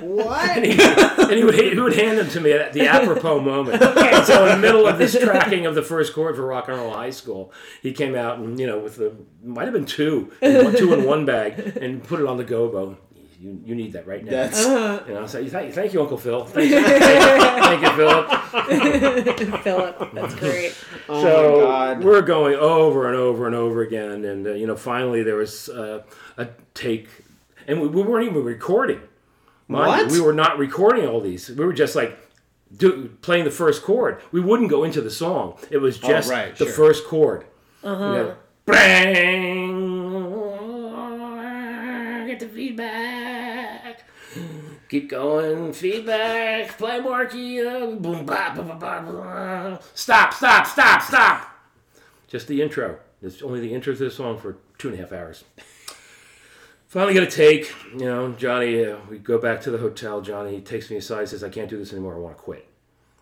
What? and he would he would hand them to me at the apropos moment. And so in the middle of this tracking of the first chord for Rock and Roll High School, he came out and you know with the might have been two, two in one bag, and put it on the gobo. You, you need that right now. That's And I'll say, thank, thank you, Uncle Phil. Thank you, thank you Philip. Philip, that's great. oh so my god. we're going over and over and over again. And, uh, you know, finally there was uh, a take. And we, we weren't even recording. Mind you, What? we were not recording all these. We were just like do, playing the first chord. We wouldn't go into the song. It was just Oh, right, the sure. first chord. Uh-huh. bang! Get the feedback. Keep going. Feedback. Play more key. uh, Boom, ba, ba, ba, ba, ba. Stop, stop, stop, stop. Just the intro. It's only the intro to the song for two and a half hours. Finally, got a take. You know, Johnny, uh, we go back to the hotel. Johnny takes me aside says, I can't do this anymore. I want to quit.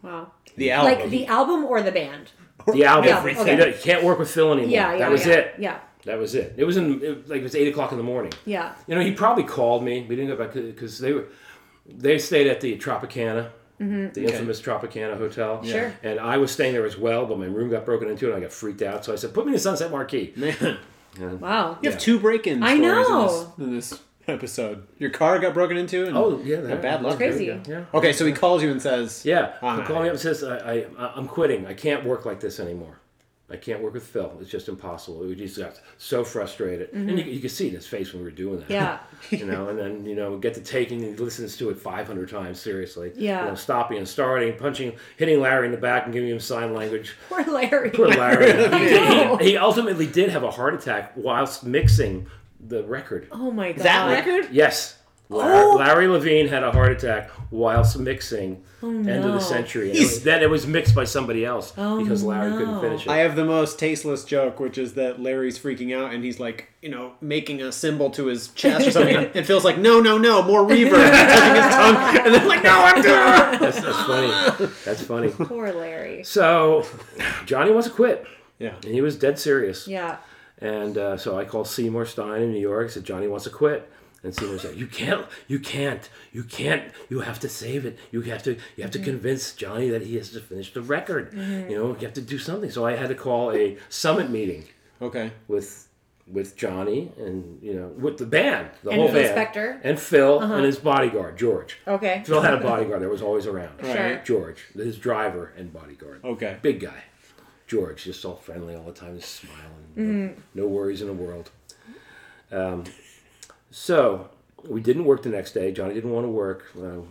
Wow. The album. Like the album or the band? The album. Everything. You, know, you can't work with Phil anymore. Yeah, yeah. that was yeah. it. Yeah, That was it. It was in, it, like, it was 8 o'clock in the morning. yeah. You know, he probably called me. We didn't go back because they were they stayed at the Tropicana, the infamous Tropicana hotel. Mm-hmm. Sure. And I was staying there as well, but my room got broken into and I got freaked out. So I said, "Put me in the Sunset Marquee." Man, Wow. you have two break-in I stories know. in this, in this episode. Your car got broken into and Oh yeah, that, bad luck. Crazy. There we go. Yeah. Okay, so he calls you and says, Yeah, Ah, he called me up and says, I, I, I'm quitting. I can't work like this anymore. I can't work with Phil. It's just impossible. We just got so frustrated. And you, you could see it in his face when we were doing that. Mm-hmm. Yeah. you know, and then, you know, get to taking and he listens to it 500 times, seriously. Yeah. You know, stopping and starting, punching, hitting Larry in the back and giving him sign language. Poor Larry. Poor Larry. know. he, he ultimately did have a heart attack whilst mixing the record. Oh my god. "That record." Yes. Larry, Oh. Larry Levine had a heart attack whilst mixing End of Oh, no. Oh, the Century. And it was- then it was mixed by somebody else because Larry no. couldn't finish it. I have the most tasteless joke, which is that Larry's freaking out and he's like, you know, making a symbol to his chest or something, and Phil's like, no, no, no, more reverb, and touching his tongue, and then like, no, I'm done. that's, that's funny. That's funny. Poor Larry. So Johnny wants to quit. Yeah, And he was dead serious. Yeah. And uh, so I called Seymour Stein in New York. said Johnny wants to quit. And Seymour said, "You can't, you can't, you can't. You have to save it. You have to, you have to convince Johnny that he has to finish the record. Mm-hmm. You know, you have to do something." So I had to call a summit meeting okay. with with Johnny and you know with the band, the And whole Phil band, Spector. Uh-huh. and Phil and his bodyguard George. Okay. Phil had a bodyguard that was always around. Sure. George, his driver and bodyguard. Okay. Big guy. George, just all friendly all the time, just smiling. you know, No worries in the world. Um, so we didn't work the next day. Johnny didn't want to work. Uh, it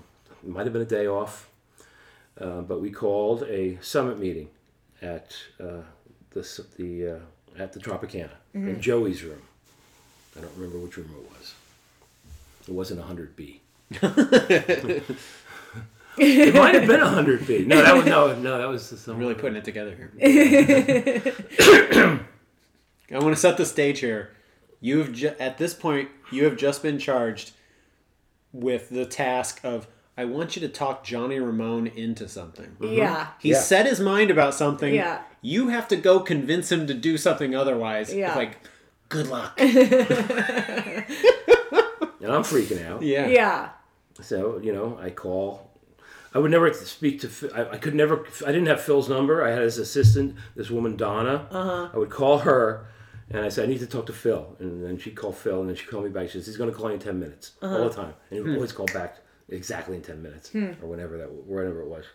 might have been a day off. Uh, but we called a summit meeting at uh, the, s- the uh, at the Tropicana in Joey's room. I don't remember which room it was. It wasn't 100B. It might have been 100 feet. No, that was no, no, that was some Really putting it together here. I want to set the stage here. You've ju- at this point, you have just been charged with the task of I want you to talk Johnny Ramone into something. Mm-hmm. Yeah. He Yeah. set his mind about something. Yeah. You have to go convince him to do something otherwise. Yeah. It's like, good luck. and I'm freaking out. Yeah. Yeah. So you know, I call. I would never speak to. Ph- I, I could never. I didn't have Phil's number. I had his assistant, this woman Donna. Uh-huh. I would call her, and I said, "I need to talk to Phil." And then she'd call Phil, and then she called me back. She says, "He's going to call you in ten minutes all the time," and he would always call back exactly in ten minutes or whenever that whenever it was.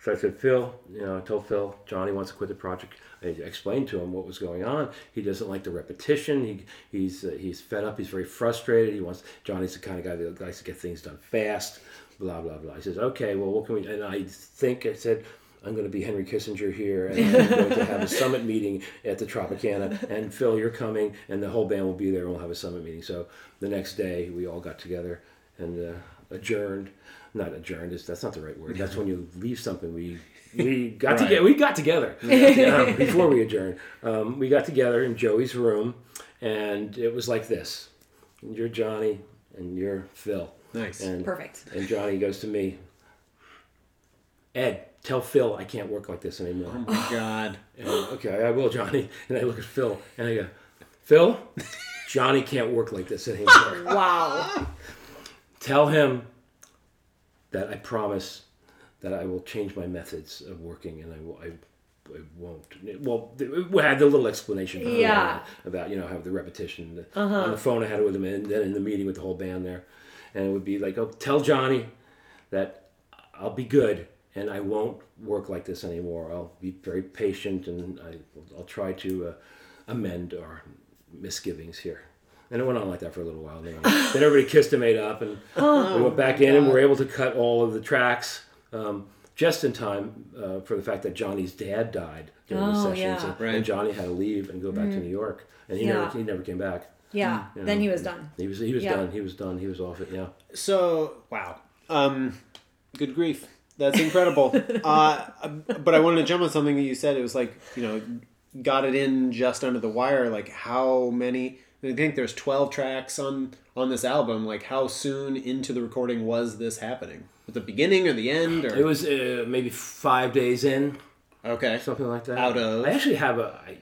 So I said, Phil, you know, I told Phil, Johnny wants to quit the project. I explained to him what was going on. He doesn't like the repetition. He, he's uh, he's fed up. He's very frustrated. He wants Johnny's the kind of guy that likes to get things done fast. Blah blah blah. He says, okay, well, what can we? And I think I said, I'm going to be Henry Kissinger here, and I'm going to have a summit meeting at the Tropicana, and Phil, you're coming, and the whole band will be there, and we'll have a summit meeting. So the next day, we all got together and uh, adjourned. Not adjourned is that's not the right word. That's when you leave something. We we got Right. together. We got together um, before we adjourned. Um, we got together in Joey's room, and it was like this: You're Johnny, and you're Phil. Nice. And Perfect. and Johnny goes to me, Ed, tell Phil I can't work like this anymore. Oh my God. And, okay, I will, Johnny. And I look at Phil and I go, Phil, Johnny can't work like this anymore. Wow. tell him that I promise that I will change my methods of working and I will. I, I won't. Well, th- we had the little explanation behind Yeah. it about you know how the repetition on the phone I had it with him, and then in the meeting with the whole band there, and it would be like, "Oh, tell Johnny that I'll be good and I won't work like this anymore. I'll be very patient and I, I'll try to uh, amend our misgivings here. And it went on like that for a little while. Then, then everybody kissed and made up, and Oh we went back in and we were able to cut all of the tracks um, just in time uh, for the fact that Johnny's dad died during the Oh, sessions, yeah. Mm. and, Right. and Johnny had to leave and go back to New York, and he Yeah. never he never came back. Yeah. you Then know, he was done. He was he was Yeah. done. He was done. He was off it. Yeah. So wow, um, good grief, that's incredible. uh, but I wanted to jump on something that you said. It was like you know, got it in just under the wire. Like how many? I think there's 12 tracks on on this album. Like how soon into the recording was this happening? At the beginning or the end? Or It was uh, maybe five days in, okay, something like that. Out of- I actually have a, I-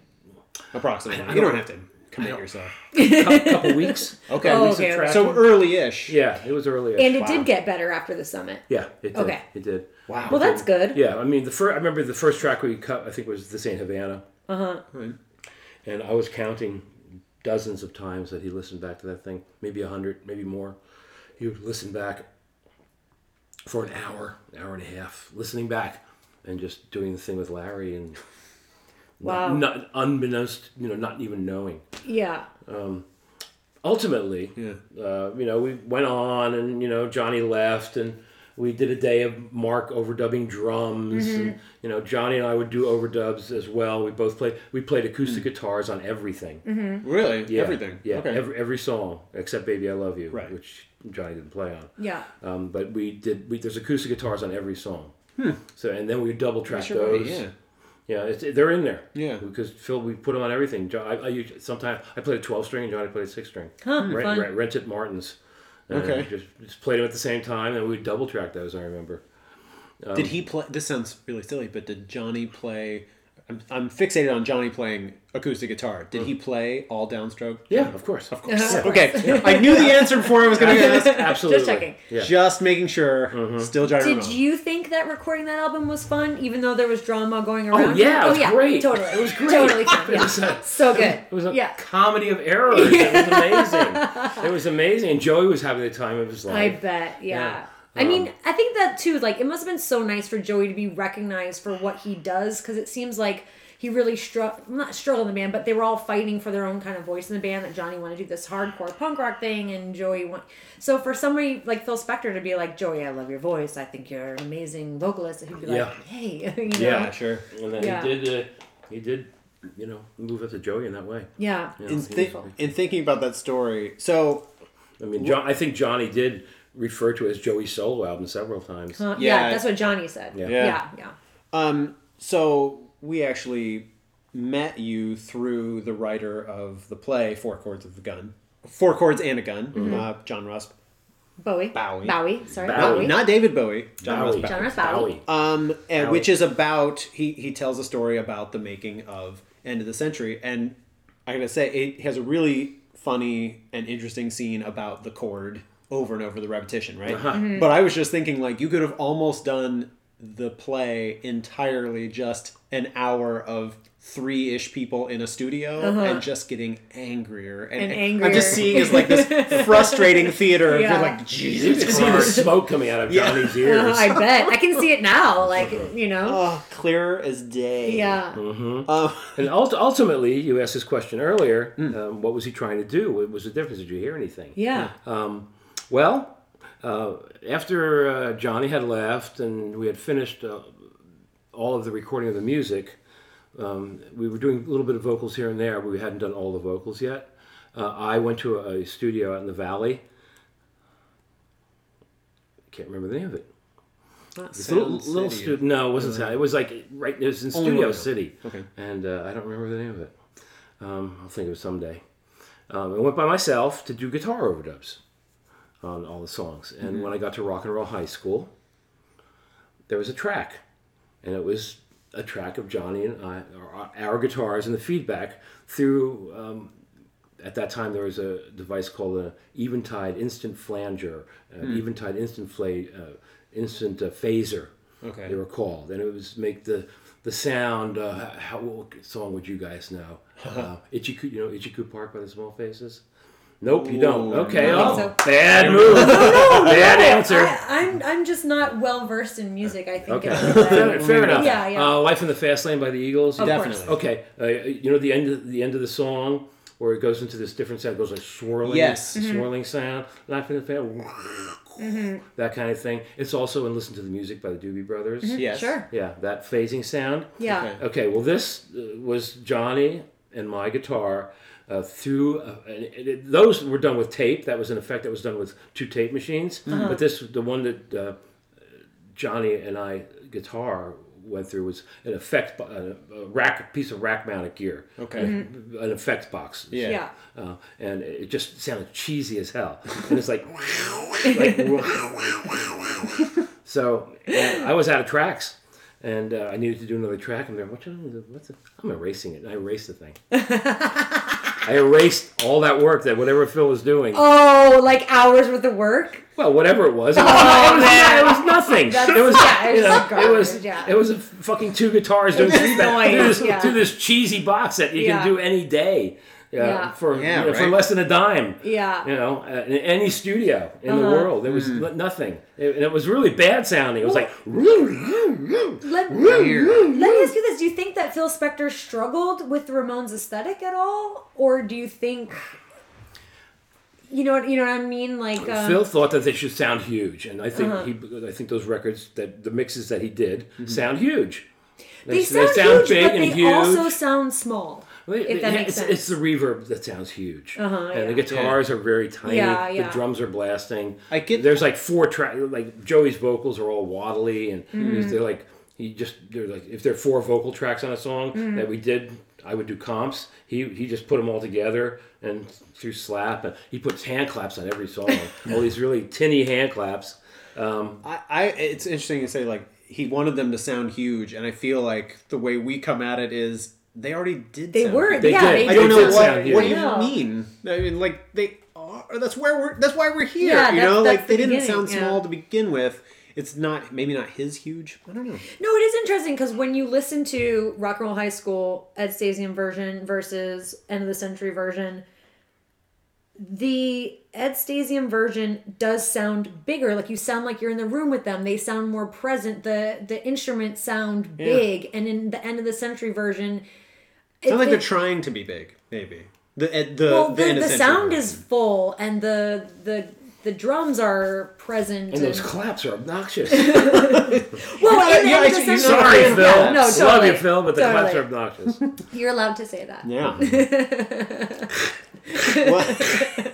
approximately. I you don't don't- have to commit don't- yourself. a cou- couple weeks. Okay, Oh, weeks of okay, okay. tracking. so early-ish. yeah, it was earlier. And it Wow. did get better after the summit. yeah, it did. Okay. It did. Wow. Well, that's good. Yeah, I mean the first. I remember the first track we cut. I think was "This Ain't Havana." Uh Uh-huh. huh. And I was counting dozens of times that he listened back to that thing. Maybe a hundred, maybe more. He would listen back for an hour, hour and a half, listening back and just doing the thing with Larry and Wow. not unbeknownst, you know, not even knowing. Yeah. ultimately, uh, you know, we went on and, you know, Johnny left and we did a day of Mark overdubbing drums. And, you know, Johnny and I would do overdubs as well. We both played, we played acoustic guitars on everything. really Yeah, Mm. everything. Yeah. Okay. Every, every song except Baby I Love You, Right. which Johnny didn't play on. Yeah. Um, but we did, we, there's acoustic guitars on every song. So, and then we double track Hmm. Sure, those. yeah. Yeah, it's, they're in there. Yeah. because Phil, we put them on everything. John, I, I usually, sometimes I played a twelve string and Johnny played a six string. Huh, Rent, fun. rent, rented Martins. And Okay. Just, just played them at the same time, and we double track those. I remember. Did he play? This sounds really silly, but did Johnny play? I'm, I'm fixated on Johnny playing acoustic guitar. Did he play all downstroke? Yeah, of course, of course. Okay, I knew the answer before I was going to ask. Absolutely. Just checking. Yeah. Just making sure. Still Johnny Did Ramone. you think that recording that album was fun, even though there was drama going around? Oh yeah, it was great. Totally, it was great. Totally fun. It Yeah. was a, So good. It was a yeah. comedy of errors. It was amazing. it was amazing, and Joey was having the time of his life. I bet. Yeah. Yeah. I Um, mean, I think that too. Like, it must have been so nice for Joey to be recognized for what he does, because it seems like he really struggled. Not struggled in the band, but they were all fighting for their own kind of voice in the band. That Johnny wanted to do this hardcore punk rock thing, and Joey want. So for somebody like Phil Spector to be like, Joey, I love your voice. I think you're an amazing vocalist. He'd be Yeah. like, Hey, you know? Yeah. Yeah, sure. And then Yeah. he did. Uh, he did. You know, move up to Joey in that way. yeah, You know, In, he thi- was- in thinking about that story, so I mean, John, I think Johnny did refer to it as Joey's solo album several times. Uh, yeah. Yeah. That's what Johnny said. Yeah. Yeah. yeah, yeah. um, so we actually met you through the writer of the play Four Chords of the Gun, Four Chords and a Gun, Mm-hmm. uh, John Ross Bowie. Bowie. Bowie. Sorry, Bowie. Bowie. not David Bowie, John Ross Bowie. Bowie. John Ross Bowie. um, and, which is about he he tells a story about the making of End of the Century, and I gotta say it has a really funny and interesting scene about the chord over and over the repetition, right? Mm-hmm. But I was just thinking like you could have almost done the play entirely just an hour of three ish people in a studio and just getting angrier Uh-huh. and, And I'm just angrier. seeing is like this frustrating theater of Yeah. you're like You Jesus can see the Christ. smoke coming out of Johnny's Uh, ears. I bet. I can see it now. Like, you know? Oh, clear as day. Um, Yeah. And ult- ultimately, you asked this question earlier. Um, what was he trying to do? What was the difference? Did you hear anything? Yeah. Well, uh, after uh, Johnny had left and we had finished uh, all of the recording of the music. Um, we were doing a little bit of vocals here and there, but we hadn't done all the vocals yet. Uh, I went to a, a studio out in the valley. Can't remember the name of it. It's a little, little studio. No, it wasn't Sound. It was like right. It was in Only Studio Royal. City. Okay. And uh, I don't remember the name of it. Um, I'll think of it someday. Um, I went by myself to do guitar overdubs on all the songs. And when I got to Rock and Roll High School, there was a track, and it was a track of Johnny and I, our, our guitars and the feedback through. Um, at that time, there was a device called an Eventide Instant Flanger, an Eventide Instant Fla- uh, Instant uh, Phaser. Okay. They were called, and it was make the the sound. Uh, how what song would you guys know? uh, Ichiku, you know Ichiku Park by the Small Faces. Nope, you don't. Ooh, Okay, no. oh, bad move, bad answer. I, I'm I'm just not well versed in music. I think. Okay, I know that. Oh fair, fair enough. Yeah, yeah. Uh, Life in the Fast Lane by the Eagles. Of Definitely. course. Okay, uh, you know the end of the end of the song where it goes into this different sound, it goes like swirling, Yes. Mm-hmm. swirling sound, life in the fat, that kind of thing. It's also in "Listen to the Music" by the Doobie Brothers. Yes. Sure. Yeah, that phasing sound. Yeah. Okay. Okay, well, this uh, was Johnny and my guitar uh, through. Uh, and it, it- those were done with tape. That was an effect that was done with two tape machines. But this, the one that uh, Johnny and I guitar went through was an effect, bo- a, a rack piece of rack mounted gear. Okay. An effect box. Mm-hmm. Yeah. Yeah. Uh, and it just sounded cheesy as hell. And it's like, like wow, wow, wow, wow, wow. so and I was out of tracks, and uh, I needed to do another track. And they're what, what's it? I'm erasing it. And I erased the thing. I erased all that work that whatever Phil was doing. Oh, like hours worth of work. Well, whatever it was, it was, it was, it was nothing. it was, Oh, yeah, you it's know, garbage, it was, yeah. it was a fucking two guitars doing feedback annoying, through this, yeah. through this cheesy box that you Yeah. can do any day. Uh, Yeah. For Yeah, you know, for right. less than a dime, Yeah. you know, uh, in any studio in the Uh-huh. world, there was n- nothing, It- and it was really bad sounding. It was like, Let, Weird. let me ask you this: Do you think that Phil Spector struggled with Ramon's aesthetic at all, or do you think? You know what you know what I mean? Like um, Phil thought that they should sound huge, and I Uh-huh. think he, I think those records that the mixes that he did sound huge. they s- sound, huge, but they also sound small. Well, it- if that it- makes it's, sense. it's the reverb that sounds huge, Uh-huh, and yeah. the guitars are very tiny. Yeah, The yeah. drums are blasting. I get- There's like four tracks. Like Joey's vocals are all waddly, and Mm-hmm. they're like he just they're like if there are four vocal tracks on a song Mm-hmm. that we did, I would do comps. He he just put them all together and through slap, and he puts hand claps on every song. all these really tinny hand claps. Um, I, I it's interesting to say like he wanted them to sound huge, and I feel like the way we come at it is they already did. They sound were, huge. They yeah. did. They I don't did know sound what. huge. What do you Yeah. mean? I mean, like they are. That's where we're. That's why we're here. Yeah, you that's- know, that's like the they didn't beginning, sound yeah. small to begin with. It's not maybe not his huge. I don't know. No, it is interesting because when you listen to Rock and Roll High School Ed Stasium version versus End of the Century version, the Ed Stasium version does sound bigger. Like you sound like you're in the room with them. They sound more present. The the instruments sound big, and in the End of the Century version, It sounds like it- they're trying to be big. Maybe the at the well, the, end the, of century sound version. is full, and the the the drums are present. and those and- claps are obnoxious. well, in the Yeah, End of the I- you Century- sound Sorry, Yeah, Phil. no, Love totally, you, Phil, but the claps totally. are obnoxious. You're allowed to say that. Yeah. What-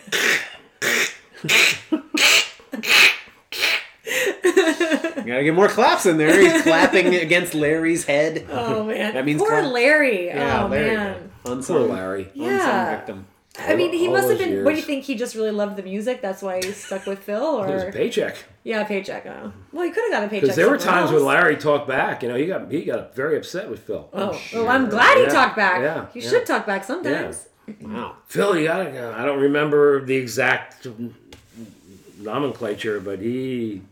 Gotta get more claps in there. He's clapping against Larry's head. Oh man, That means poor clap- Larry. yeah, oh Larry. man. Unsung, Poor Larry. Unsung Yeah. victim. I mean, he all must have those been. What do you years. think? He just really loved the music. That's why he stuck with Phil, It was a or paycheck. yeah, paycheck. Oh. Well, he could have got a paycheck. Because there were somewhere times else. when Larry talked back. You know, he got he got very upset with Phil. Oh, well, I'm glad he Yeah, talked back. yeah, he yeah. should talk back sometimes. Wow. Phil, you gotta go. I don't remember the exact nomenclature, but he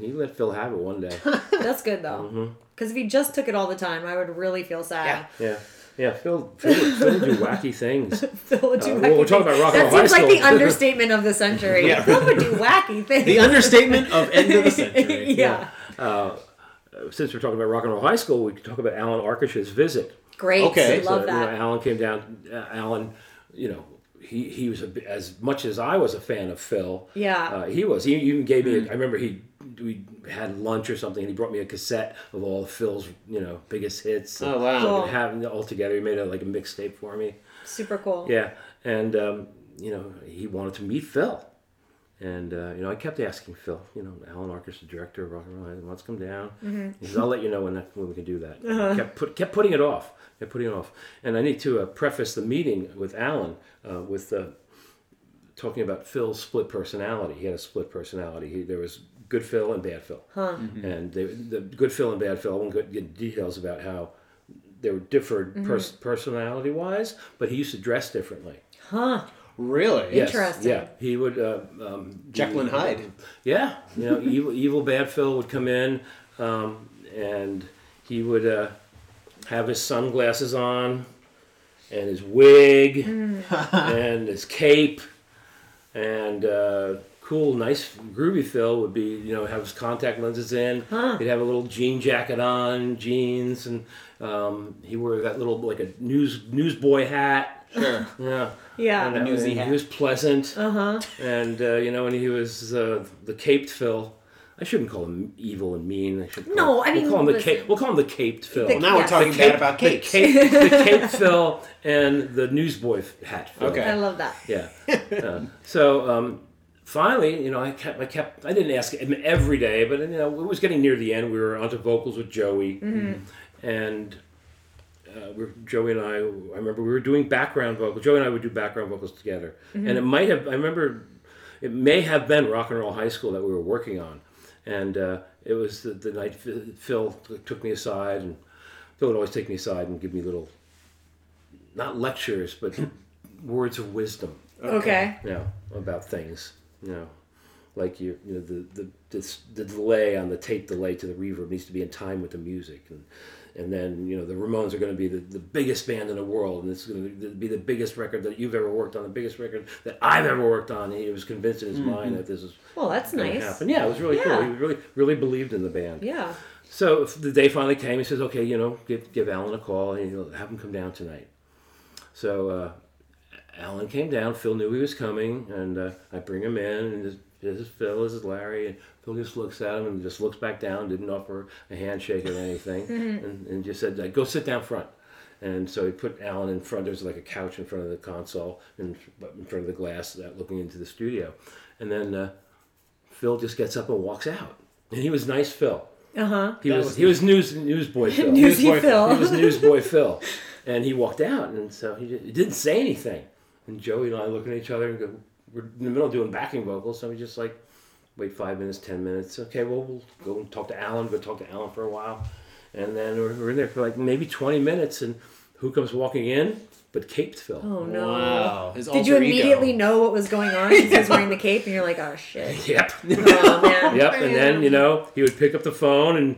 he let Phil have it one day. That's good though, because if he just took it all the time, I would really feel sad. Mm-hmm. yeah, yeah. Phil Phil, Phil would do wacky things. Phil would do Uh, wacky well, we're talking things. about rock That and roll seems high like the school. understatement of the century. Yeah. Phil would do wacky things. The understatement of end of the century. yeah. Uh, Since we're talking about rock and roll high school, we could talk about Alan Arkish's visit. great. Okay. I love So, you know, that. Alan came down. Uh, Alan, you know, he he was a, bi- as much as I was a fan of Phil. Yeah. Mm. uh, he was. He even gave me. A, I remember he we had lunch or something, and he brought me a cassette of all of Phil's you know biggest hits. Oh, wow. Cool. And having it all together, he made a, like a mixtape for me. Super cool. Yeah, and um, you know he wanted to meet Phil, and uh, you know I kept asking Phil. You know Alan Arker's the director of Rock and Roll. He wants to come down. He says I'll let you know when that, when we can do that. And I Kept put, kept putting it off. Kept putting it off. And I need to uh, preface the meeting with Alan uh, with uh, talking about Phil's split personality. He had a split personality. He, there was good Phil and bad Phil, and they, the good Phil and bad Phil. I won't go into details about how they were differed pers- personality wise, but he used to dress differently. Really? Yes, Interesting. Yeah, he would. Uh, um, Jekyll and he- Hyde. Yeah, you know, evil, evil bad Phil would come in, um, and he would uh, have his sunglasses on, and his wig, Mm. and his cape, and. Uh, Cool, nice, groovy Phil would be, you know, have his contact lenses in. He'd have a little jean jacket on, jeans, and um, he wore that little like a news newsboy hat. Sure. Yeah, Yeah. Uh-huh. and, uh, Newsy and hat. he was pleasant. And uh, you know, and he was uh, the caped Phil. I shouldn't call him evil and mean. I should call No, I mean, we'll call him the listen. caped. We'll call him the caped Phil. The- Well, now Yeah. we're talking The bad cape- about the capes. caped, the caped Phil and the newsboy f- hat. Phil. Okay. I love that. Yeah. Uh, so um, finally, you know, I kept, I kept, I didn't ask him every day, but you know, it was getting near the end. We were onto vocals with Joey, and uh, we were, Joey and I. I remember we were doing background vocals. Joey and I would do background vocals together, and it might have. I remember it may have been Rock and Roll High School that we were working on, and uh, it was the, the night Ph- Phil t- took me aside, and Phil would always take me aside and give me little, not lectures, but words of wisdom Okay. you know, about things, you know, like you, you know, the the this, the delay on the tape delay to the reverb needs to be in time with the music, and and then you know the Ramones are going to be the, the biggest band in the world, and it's going to be the biggest record that you've ever worked on, the biggest record that I've ever worked on. He was convinced in his mind that this is Well, that's going to Mm-hmm. nice. happen. Yeah, it was really Yeah. cool. He really really believed in the band. Yeah. So if the day finally came. He says, "Okay, you know, give give Alan a call and he'll have him come down tonight." So uh, Alan came down. Phil knew he was coming, and uh, I bring him in. And this, this is Phil. This is Larry. And Phil just looks at him and just looks back down. Didn't offer a handshake or anything, and, and just said, like, "Go sit down front." And so he put Alan in front. There's like a couch in front of the console, and in front of the glass, that looking into the studio. And then uh, Phil just gets up and walks out. And he was nice, Phil. Uh huh. He was, was he was news newsboy Phil. Newsy Newsboy Phil. He was newsboy Phil, and he walked out, and so he, just, he didn't say anything. And Joey and I look at each other and go, "We're in the middle of doing backing vocals, so we just like wait five minutes, ten minutes. Okay, well we'll go and talk to Alan. Go talk to Alan for a while, and then we're, we're in there for like maybe twenty minutes, and who comes walking in but Caped Phil? Oh no. Wow. His Did you alter ego. immediately know what was going on? Because he was wearing the cape, and you're like, oh shit. Yep. Oh man. Yep, and then you know he would pick up the phone and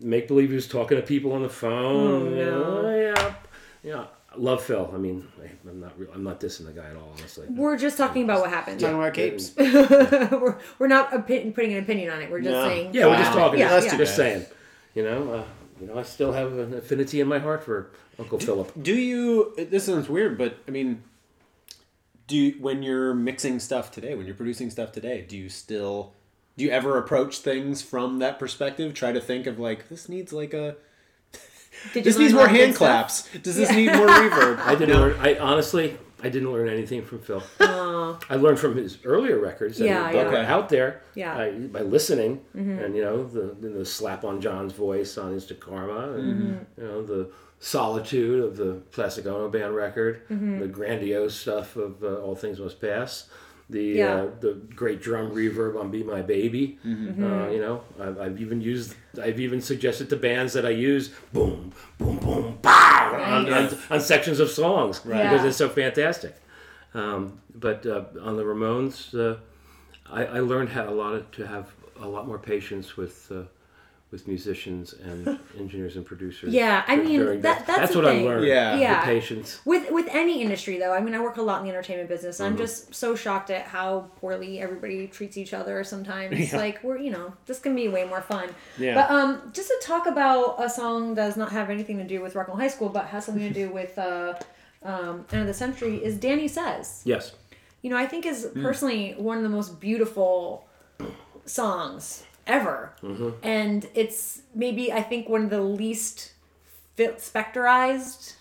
make believe he was talking to people on the phone. Oh, you no. know, yeah, yeah. I Love Phil. I mean, I- I'm not real. I'm not dissing the guy at all, honestly. We're just talking about what happened. Talking about capes. we're, we're not opi- putting an opinion on it. We're just No. saying. Yeah, we're just Wow. talking. Yeah, just, yeah. just saying. You know, uh, you know, I still have an affinity in my heart for Uncle Philip. Do you? This sounds weird, but I mean, do you, when you're mixing stuff today, when you're producing stuff today, do you still, do you ever approach things from that perspective? Try to think of like this needs like a Did you this needs learn a more lot of hand good stuff? claps. Does this need more reverb? I didn't learn. I honestly, I didn't learn anything from Phil. I learned from his earlier records. that Yeah, he brought yeah. out there. Yeah. Mm-hmm. I, by listening, and you know the, the the slap on John's voice on his Karma, and Mm-hmm. you know the solitude of the Plastic Ono Band record, Mm-hmm. the grandiose stuff of uh, All Things Must Pass. The, Yeah. uh, the great drum reverb on "Be My Baby," Mm-hmm. uh, you know, I've, I've even used, I've even suggested to bands that I use boom, boom, boom, pow on, on, on sections of songs because Yeah. it's so fantastic. Um, but uh, on the Ramones, uh, I, I learned how, a lot of, to have a lot more patience with uh, with musicians and engineers and producers. Yeah, I dur- mean, during that- that's the what thing. I learned. Yeah. Yeah. the patience. With with any industry though, I mean, I work a lot in the entertainment business. I'm just so shocked at how poorly everybody treats each other sometimes. Like we're, you know, this can be way more fun. Yeah. But um, just to talk about a song that does not have anything to do with Rock and Roll High School, but has something to do with uh, um, End of the Century is Danny Says. Yes. You know, I think is Hmm. personally one of the most beautiful songs ever. Mm-hmm. And it's maybe, I think, one of the least fi- spectorized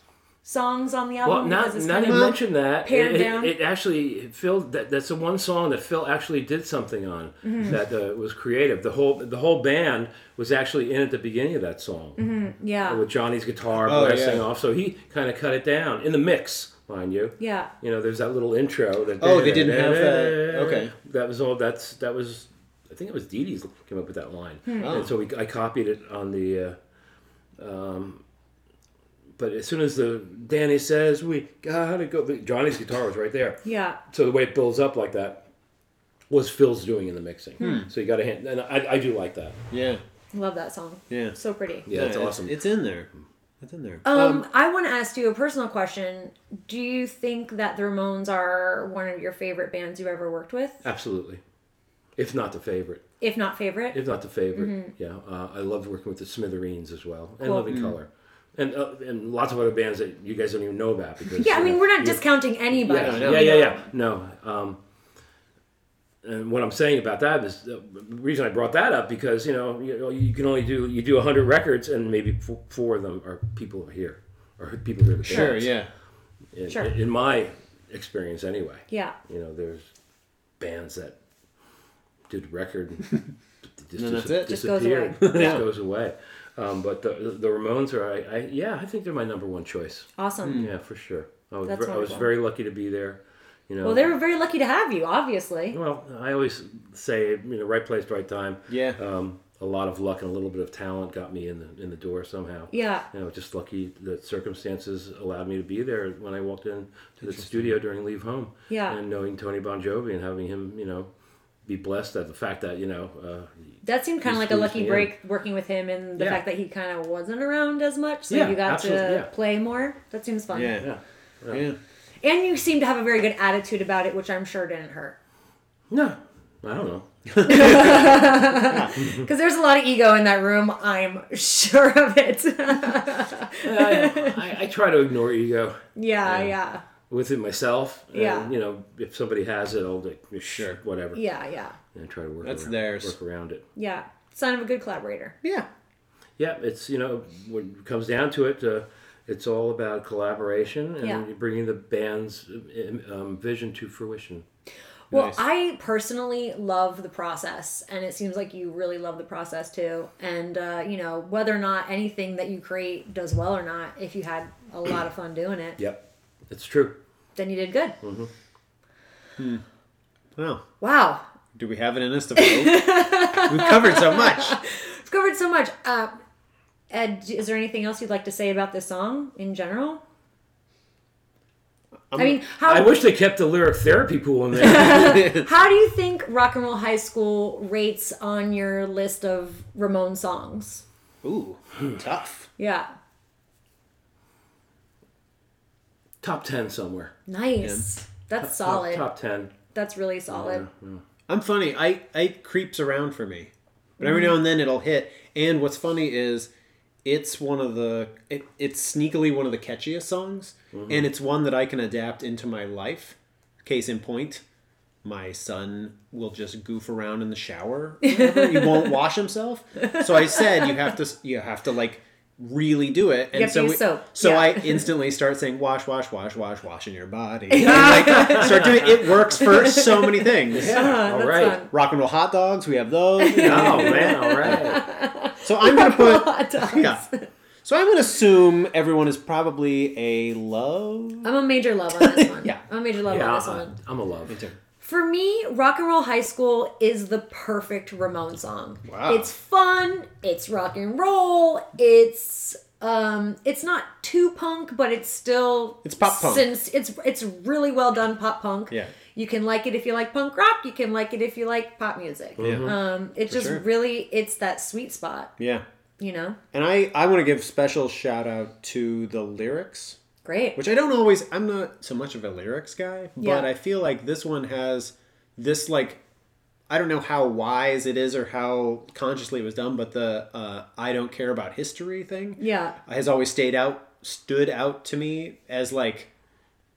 songs on the album. Well, not because it's now kind you of- mentioned that. pared it, it- down. It, actually Phil. That, that's the one song that Phil actually did something on Mm-hmm. that uh, was creative. The whole the whole band was actually in at the beginning of that song yeah. with Johnny's guitar Oh, blasting yeah. off. So he kind of cut it down in the mix, mind you. Yeah. You know, there's that little intro. That Oh, they didn't have that. Okay. That was all. That's that was. I think it was Dee Dee's came up with that line, Oh. and so we, I copied it on the. Uh, um, but as soon as the Danny says we gotta go, the, Johnny's guitar was right there. Yeah. So the way it builds up like that was Phil's doing in the mixing. So you got to hand, and I, I do like that. Yeah. Love that song. Yeah. So pretty. Yeah, it's it's awesome. It's in there. It's in there. Um, I want to ask you a personal question. Do you think that the Ramones are one of your favorite bands you ever worked with, Absolutely, if not the favorite. if not favorite? if not the favorite. Yeah, uh, I loved working with the Smithereens as well, and Mm-hmm. Cool. Living Color, and uh, and lots of other bands that you guys don't even know about because yeah, I you mean, know, we're not you- discounting anybody. No, Yeah, no. yeah, yeah, yeah. No. Um, and what I'm saying about that is uh, the reason I brought that up because you know you, know, you can only do you do 100 records and maybe f- four of them are people here or people here. sure. Yeah. In, Sure. in my experience, anyway. Yeah. You know, there's bands that did record and just, then that's it. Just goes disappeared. away. Just Yeah. goes away. Um, but the the Ramones are, I, I yeah, I think they're my number one choice. Awesome. Yeah, for sure. I was, That's ver- I was wonderful. very lucky to be there. You know, Well, they were very lucky to have you, obviously. well, I always say, you know, right place, right time. Yeah. Um, a lot of luck and a little bit of talent got me in the in the door somehow. Yeah. You know, just lucky that circumstances allowed me to be there when I walked in to the studio during Leave Home. Yeah. And knowing Tony Bon Jovi and having him, you know, be blessed at the fact that you know, uh, That seemed kind of He like a squeezed lucky me break working with him and the Yeah. fact that he kind of wasn't around as much, so Yeah, you got to absolutely, yeah. play more. That seems fun. Yeah. Uh, yeah. Yeah. And you seem to have a very good attitude about it, which I'm sure didn't hurt. No, I don't know. Because there's a lot of ego in that room, I'm sure of it. I, I, I try to ignore ego yeah, Yeah. yeah, within myself. And, Yeah. You know, if somebody has it, I'll like, sure, whatever, yeah, yeah, and try to work. That's around, theirs. Work around it. yeah. Sign of a good collaborator. Yeah. Yeah, it's you know when it comes down to it, uh, it's all about collaboration and Yeah. bringing the band's um, um, vision to fruition. Well, Nice. I personally love the process, and it seems like you really love the process too. And uh, you know, whether or not anything that you create does well or not, if you had a lot of fun doing it, Yep, it's true. then you did good. Well, Wow, do we have it in us to vote? We've covered so much. we've covered so much. Uh, Ed, is there anything else you'd like to say about this song in general? I mean, how I wish they kept the lyric therapy pool in there. How do you think Rock and Roll High School rates on your list of Ramon songs? Ooh, tough. Yeah. top ten somewhere. Nice. That's Top- solid. Top, ten. That's really solid. I'm funny. I I creeps around for me, but every now and then it'll hit. And what's funny is, it's one of the it, it's sneakily one of the catchiest songs, and it's one that I can adapt into my life. Case in point, my son will just goof around in the shower. or whatever. he won't wash himself. So I said you have to you have to like really do it. And have to so use we- soap. so Yeah. I instantly start saying wash wash wash wash wash in your body. And, like, start doing it works for so many things Uh, all that's right. fun. rock and roll hot dogs. We have those. you know. Oh man, all right. so I'm gonna put Hot dogs. yeah. So I'm gonna assume everyone is probably a love. I'm a major love on this one. Yeah. I'm a major love Yeah, on this I, one. I'm a love. For me, Rock and Roll High School is the perfect Ramon song. Wow. It's fun, it's rock and roll, it's um it's not too punk, but it's still It's pop punk. Since it's it's really well done pop punk. Yeah. You can like it if you like punk rock, you can like it if you like pop music. Yeah. Um it's just Mm-hmm. sure. really it's that sweet spot, Yeah. you know? And I I want to give special shout out to the lyrics, Great. which I don't always. I'm not so much of a lyrics guy, but Yeah. I feel like this one has this like. I don't know how wise it is or how consciously it was done, but the uh, I don't care about history thing. yeah. has always stayed out stood out to me as like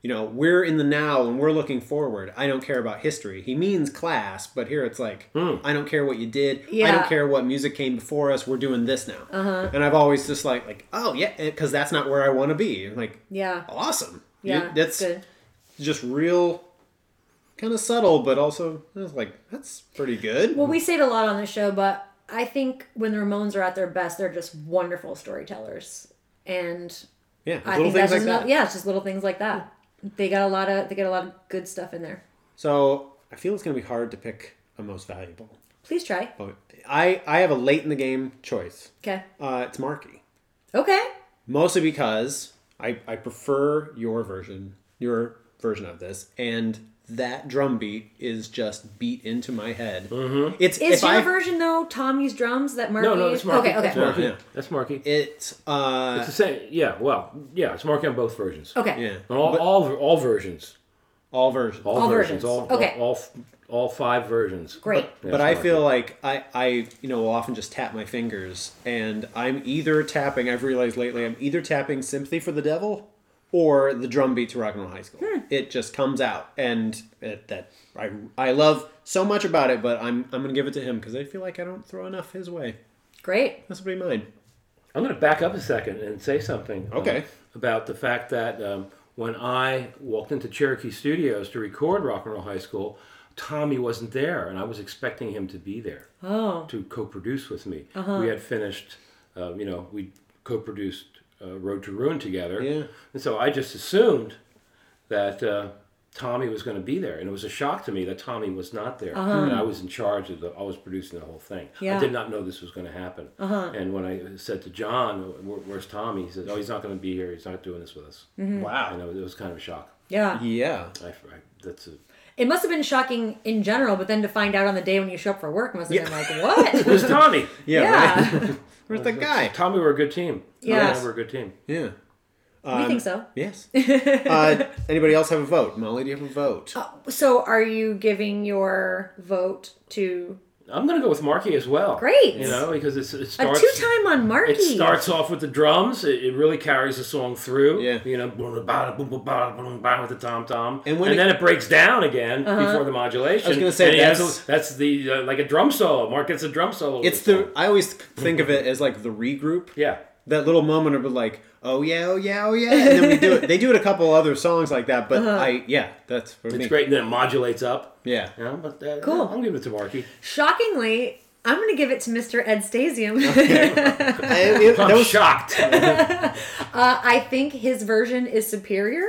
you know, we're in the now and we're looking forward. I don't care about history. He means class, but here it's like, I don't care what you did. I Yeah. Uh-huh. don't care what music came before us. We're doing this now. And I've always just like, like, oh yeah, because that's not where I want to be. Like, Yeah. awesome. You- Yeah. that's good. just real, kind of subtle, but also I was like that's pretty good. Well, we say it a lot on the show, but I think when the Ramones are at their best, they're just wonderful storytellers. And yeah, I little think that's things like just that. not- yeah, it's just little things like that. They got a lot of they got a lot of good stuff in there. So I feel it's gonna be hard to pick a most valuable. Please try. But Oh, I I have a late in the game choice. Okay. Uh, it's Marky, Okay. mostly because I I prefer your version, your version of this, and that drum beat is just beat into my head. Mm-hmm. It's Is if your I, version though Tommy's drums that Mark No, no, used? that's Marky. Okay, That's okay. Marky. Yeah, yeah. That's Marky. It's uh It's the same. Yeah. Well. Yeah. It's Marky on both versions. Okay. yeah, On all, But all all versions. all versions. All, All versions. versions. All, Okay. all, all f- all five versions. Great. Yeah, but it's I Marky. feel like I, I, you know, will often just tap my fingers, and I'm either tapping. I've realized lately, I'm either tapping "Sympathy for the Devil" or the drum beat to Rock and Roll High School. Hmm. It just comes out, and it, that I, I love so much about it. But I'm, I'm gonna give it to him because I feel like I don't throw enough his way. Great. This will be mine. I'm going to back up a second and say something. um, Okay. about the fact that um, when I walked into Cherokee Studios to record Rock and Roll High School, Tommy wasn't there, and I was expecting him to be there Oh. to co-produce with me. We had finished, uh, you know, we co-produced uh, Road to Ruin together, Yeah. and so I just assumed that uh, Tommy was going to be there, and it was a shock to me that Tommy was not there, and I was in charge of the, I was producing the whole thing. Uh-huh. Yeah. Uh-huh. I did not know this was going to happen, and when I said to John, "Where- "Where's Tommy?" He says, "Oh, he's not going to be here. He's not doing this with us." Mm-hmm. And Wow. it was, it was kind of a shock. Yeah. Yeah. I, I, that's a, It must have been shocking in general, but then to find out on the day when you show up for work must have been like, what? where's Tommy? Yeah. right. yeah. Where's that guy? Tommy, we're a good team. Tommy and I Yes. we're a good team. Yeah. Um, we think so. Yes. uh, anybody else have a vote? Molly, do you have a vote? Uh, So are you giving your vote to I'm gonna go with Marky as well. Great. you know because it's, it a starts. two time on Marky? It starts off with the drums. It, it really carries the song through. Yeah. you know, boom, ba, boom, ba, ba, boom, ba, with the tom tom, And and, when it- then it breaks down again before the modulation. I was gonna say, And he has that's- a- that's the uh, like a drum solo. Mark gets a drum solo. with It's this the. song. I always think of it as like the regroup. yeah. that little moment of like, oh yeah, oh yeah, oh yeah, and then we do it. They do it a couple other songs like that, but Uh-huh. I yeah, that's for me. It's great, and then it modulates up. Yeah, Yeah, but uh, Cool. I'm giving it to Marky. Shockingly, I'm going to give it to Mr. Ed Stasium. I, it- I'm that was- shocked. uh, I think his version is superior.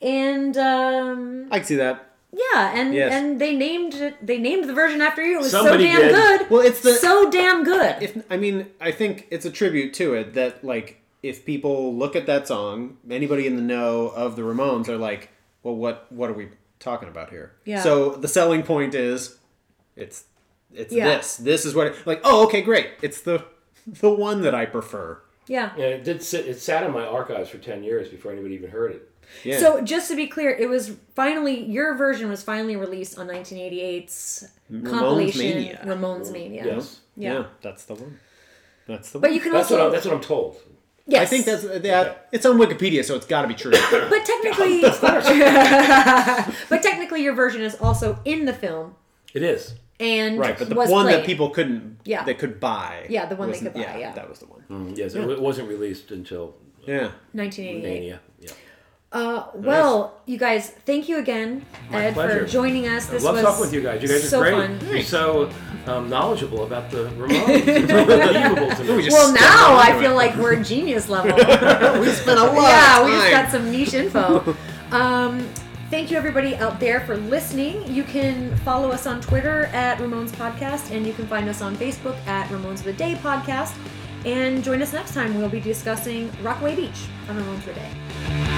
And um, I can see that. yeah, and Yes. and they named it, they named the version after you. It was Somebody so damn did. good. Well, it's the- so damn good. If I mean, I think it's a tribute to it that like if people look at that song, anybody in the know of the Ramones are like, well, what what are we talking about here? Yeah. So the selling point is, it's it's Yeah. this. This is what it, like. Oh, okay, great. It's the the one that I prefer. yeah. Yeah, it did. Sit, it sat in my archives for ten years before anybody even heard it. Yeah. So just to be clear, it was finally your version was finally released on 1988's compilation Mania. Ramones Mania. Yes. Yeah. that's the one. That's the one. But you can That's what also I'm, that's what I'm told. yes. I think that's that. It's on Wikipedia, so it's got to be true. But technically, but technically, your version is also in the film It is. and right, but the was one that played. people couldn't, Yeah. they could buy. Yeah, the one they wasn't- could buy, yeah. that was the one. Mm, Yes, it wasn't released until Yeah, 1988. Mania. Yeah. Uh, well, you guys, thank you again, Ed, for pleasure. joining us. This Love was talking with you guys. You guys are so great. fun. You're so um, knowledgeable about the Ramones. It's unbelievable to me. We just Well, stuck now onto I feel it. like we're genius level. we spent a lot. yeah, of we just time. got some niche info. Um, thank you, everybody out there, for listening. You can follow us on Twitter at Ramones Podcast, and you can find us on Facebook at Ramones of the Day Podcast. And join us next time. We'll be discussing Rockaway Beach on Ramones of the Day.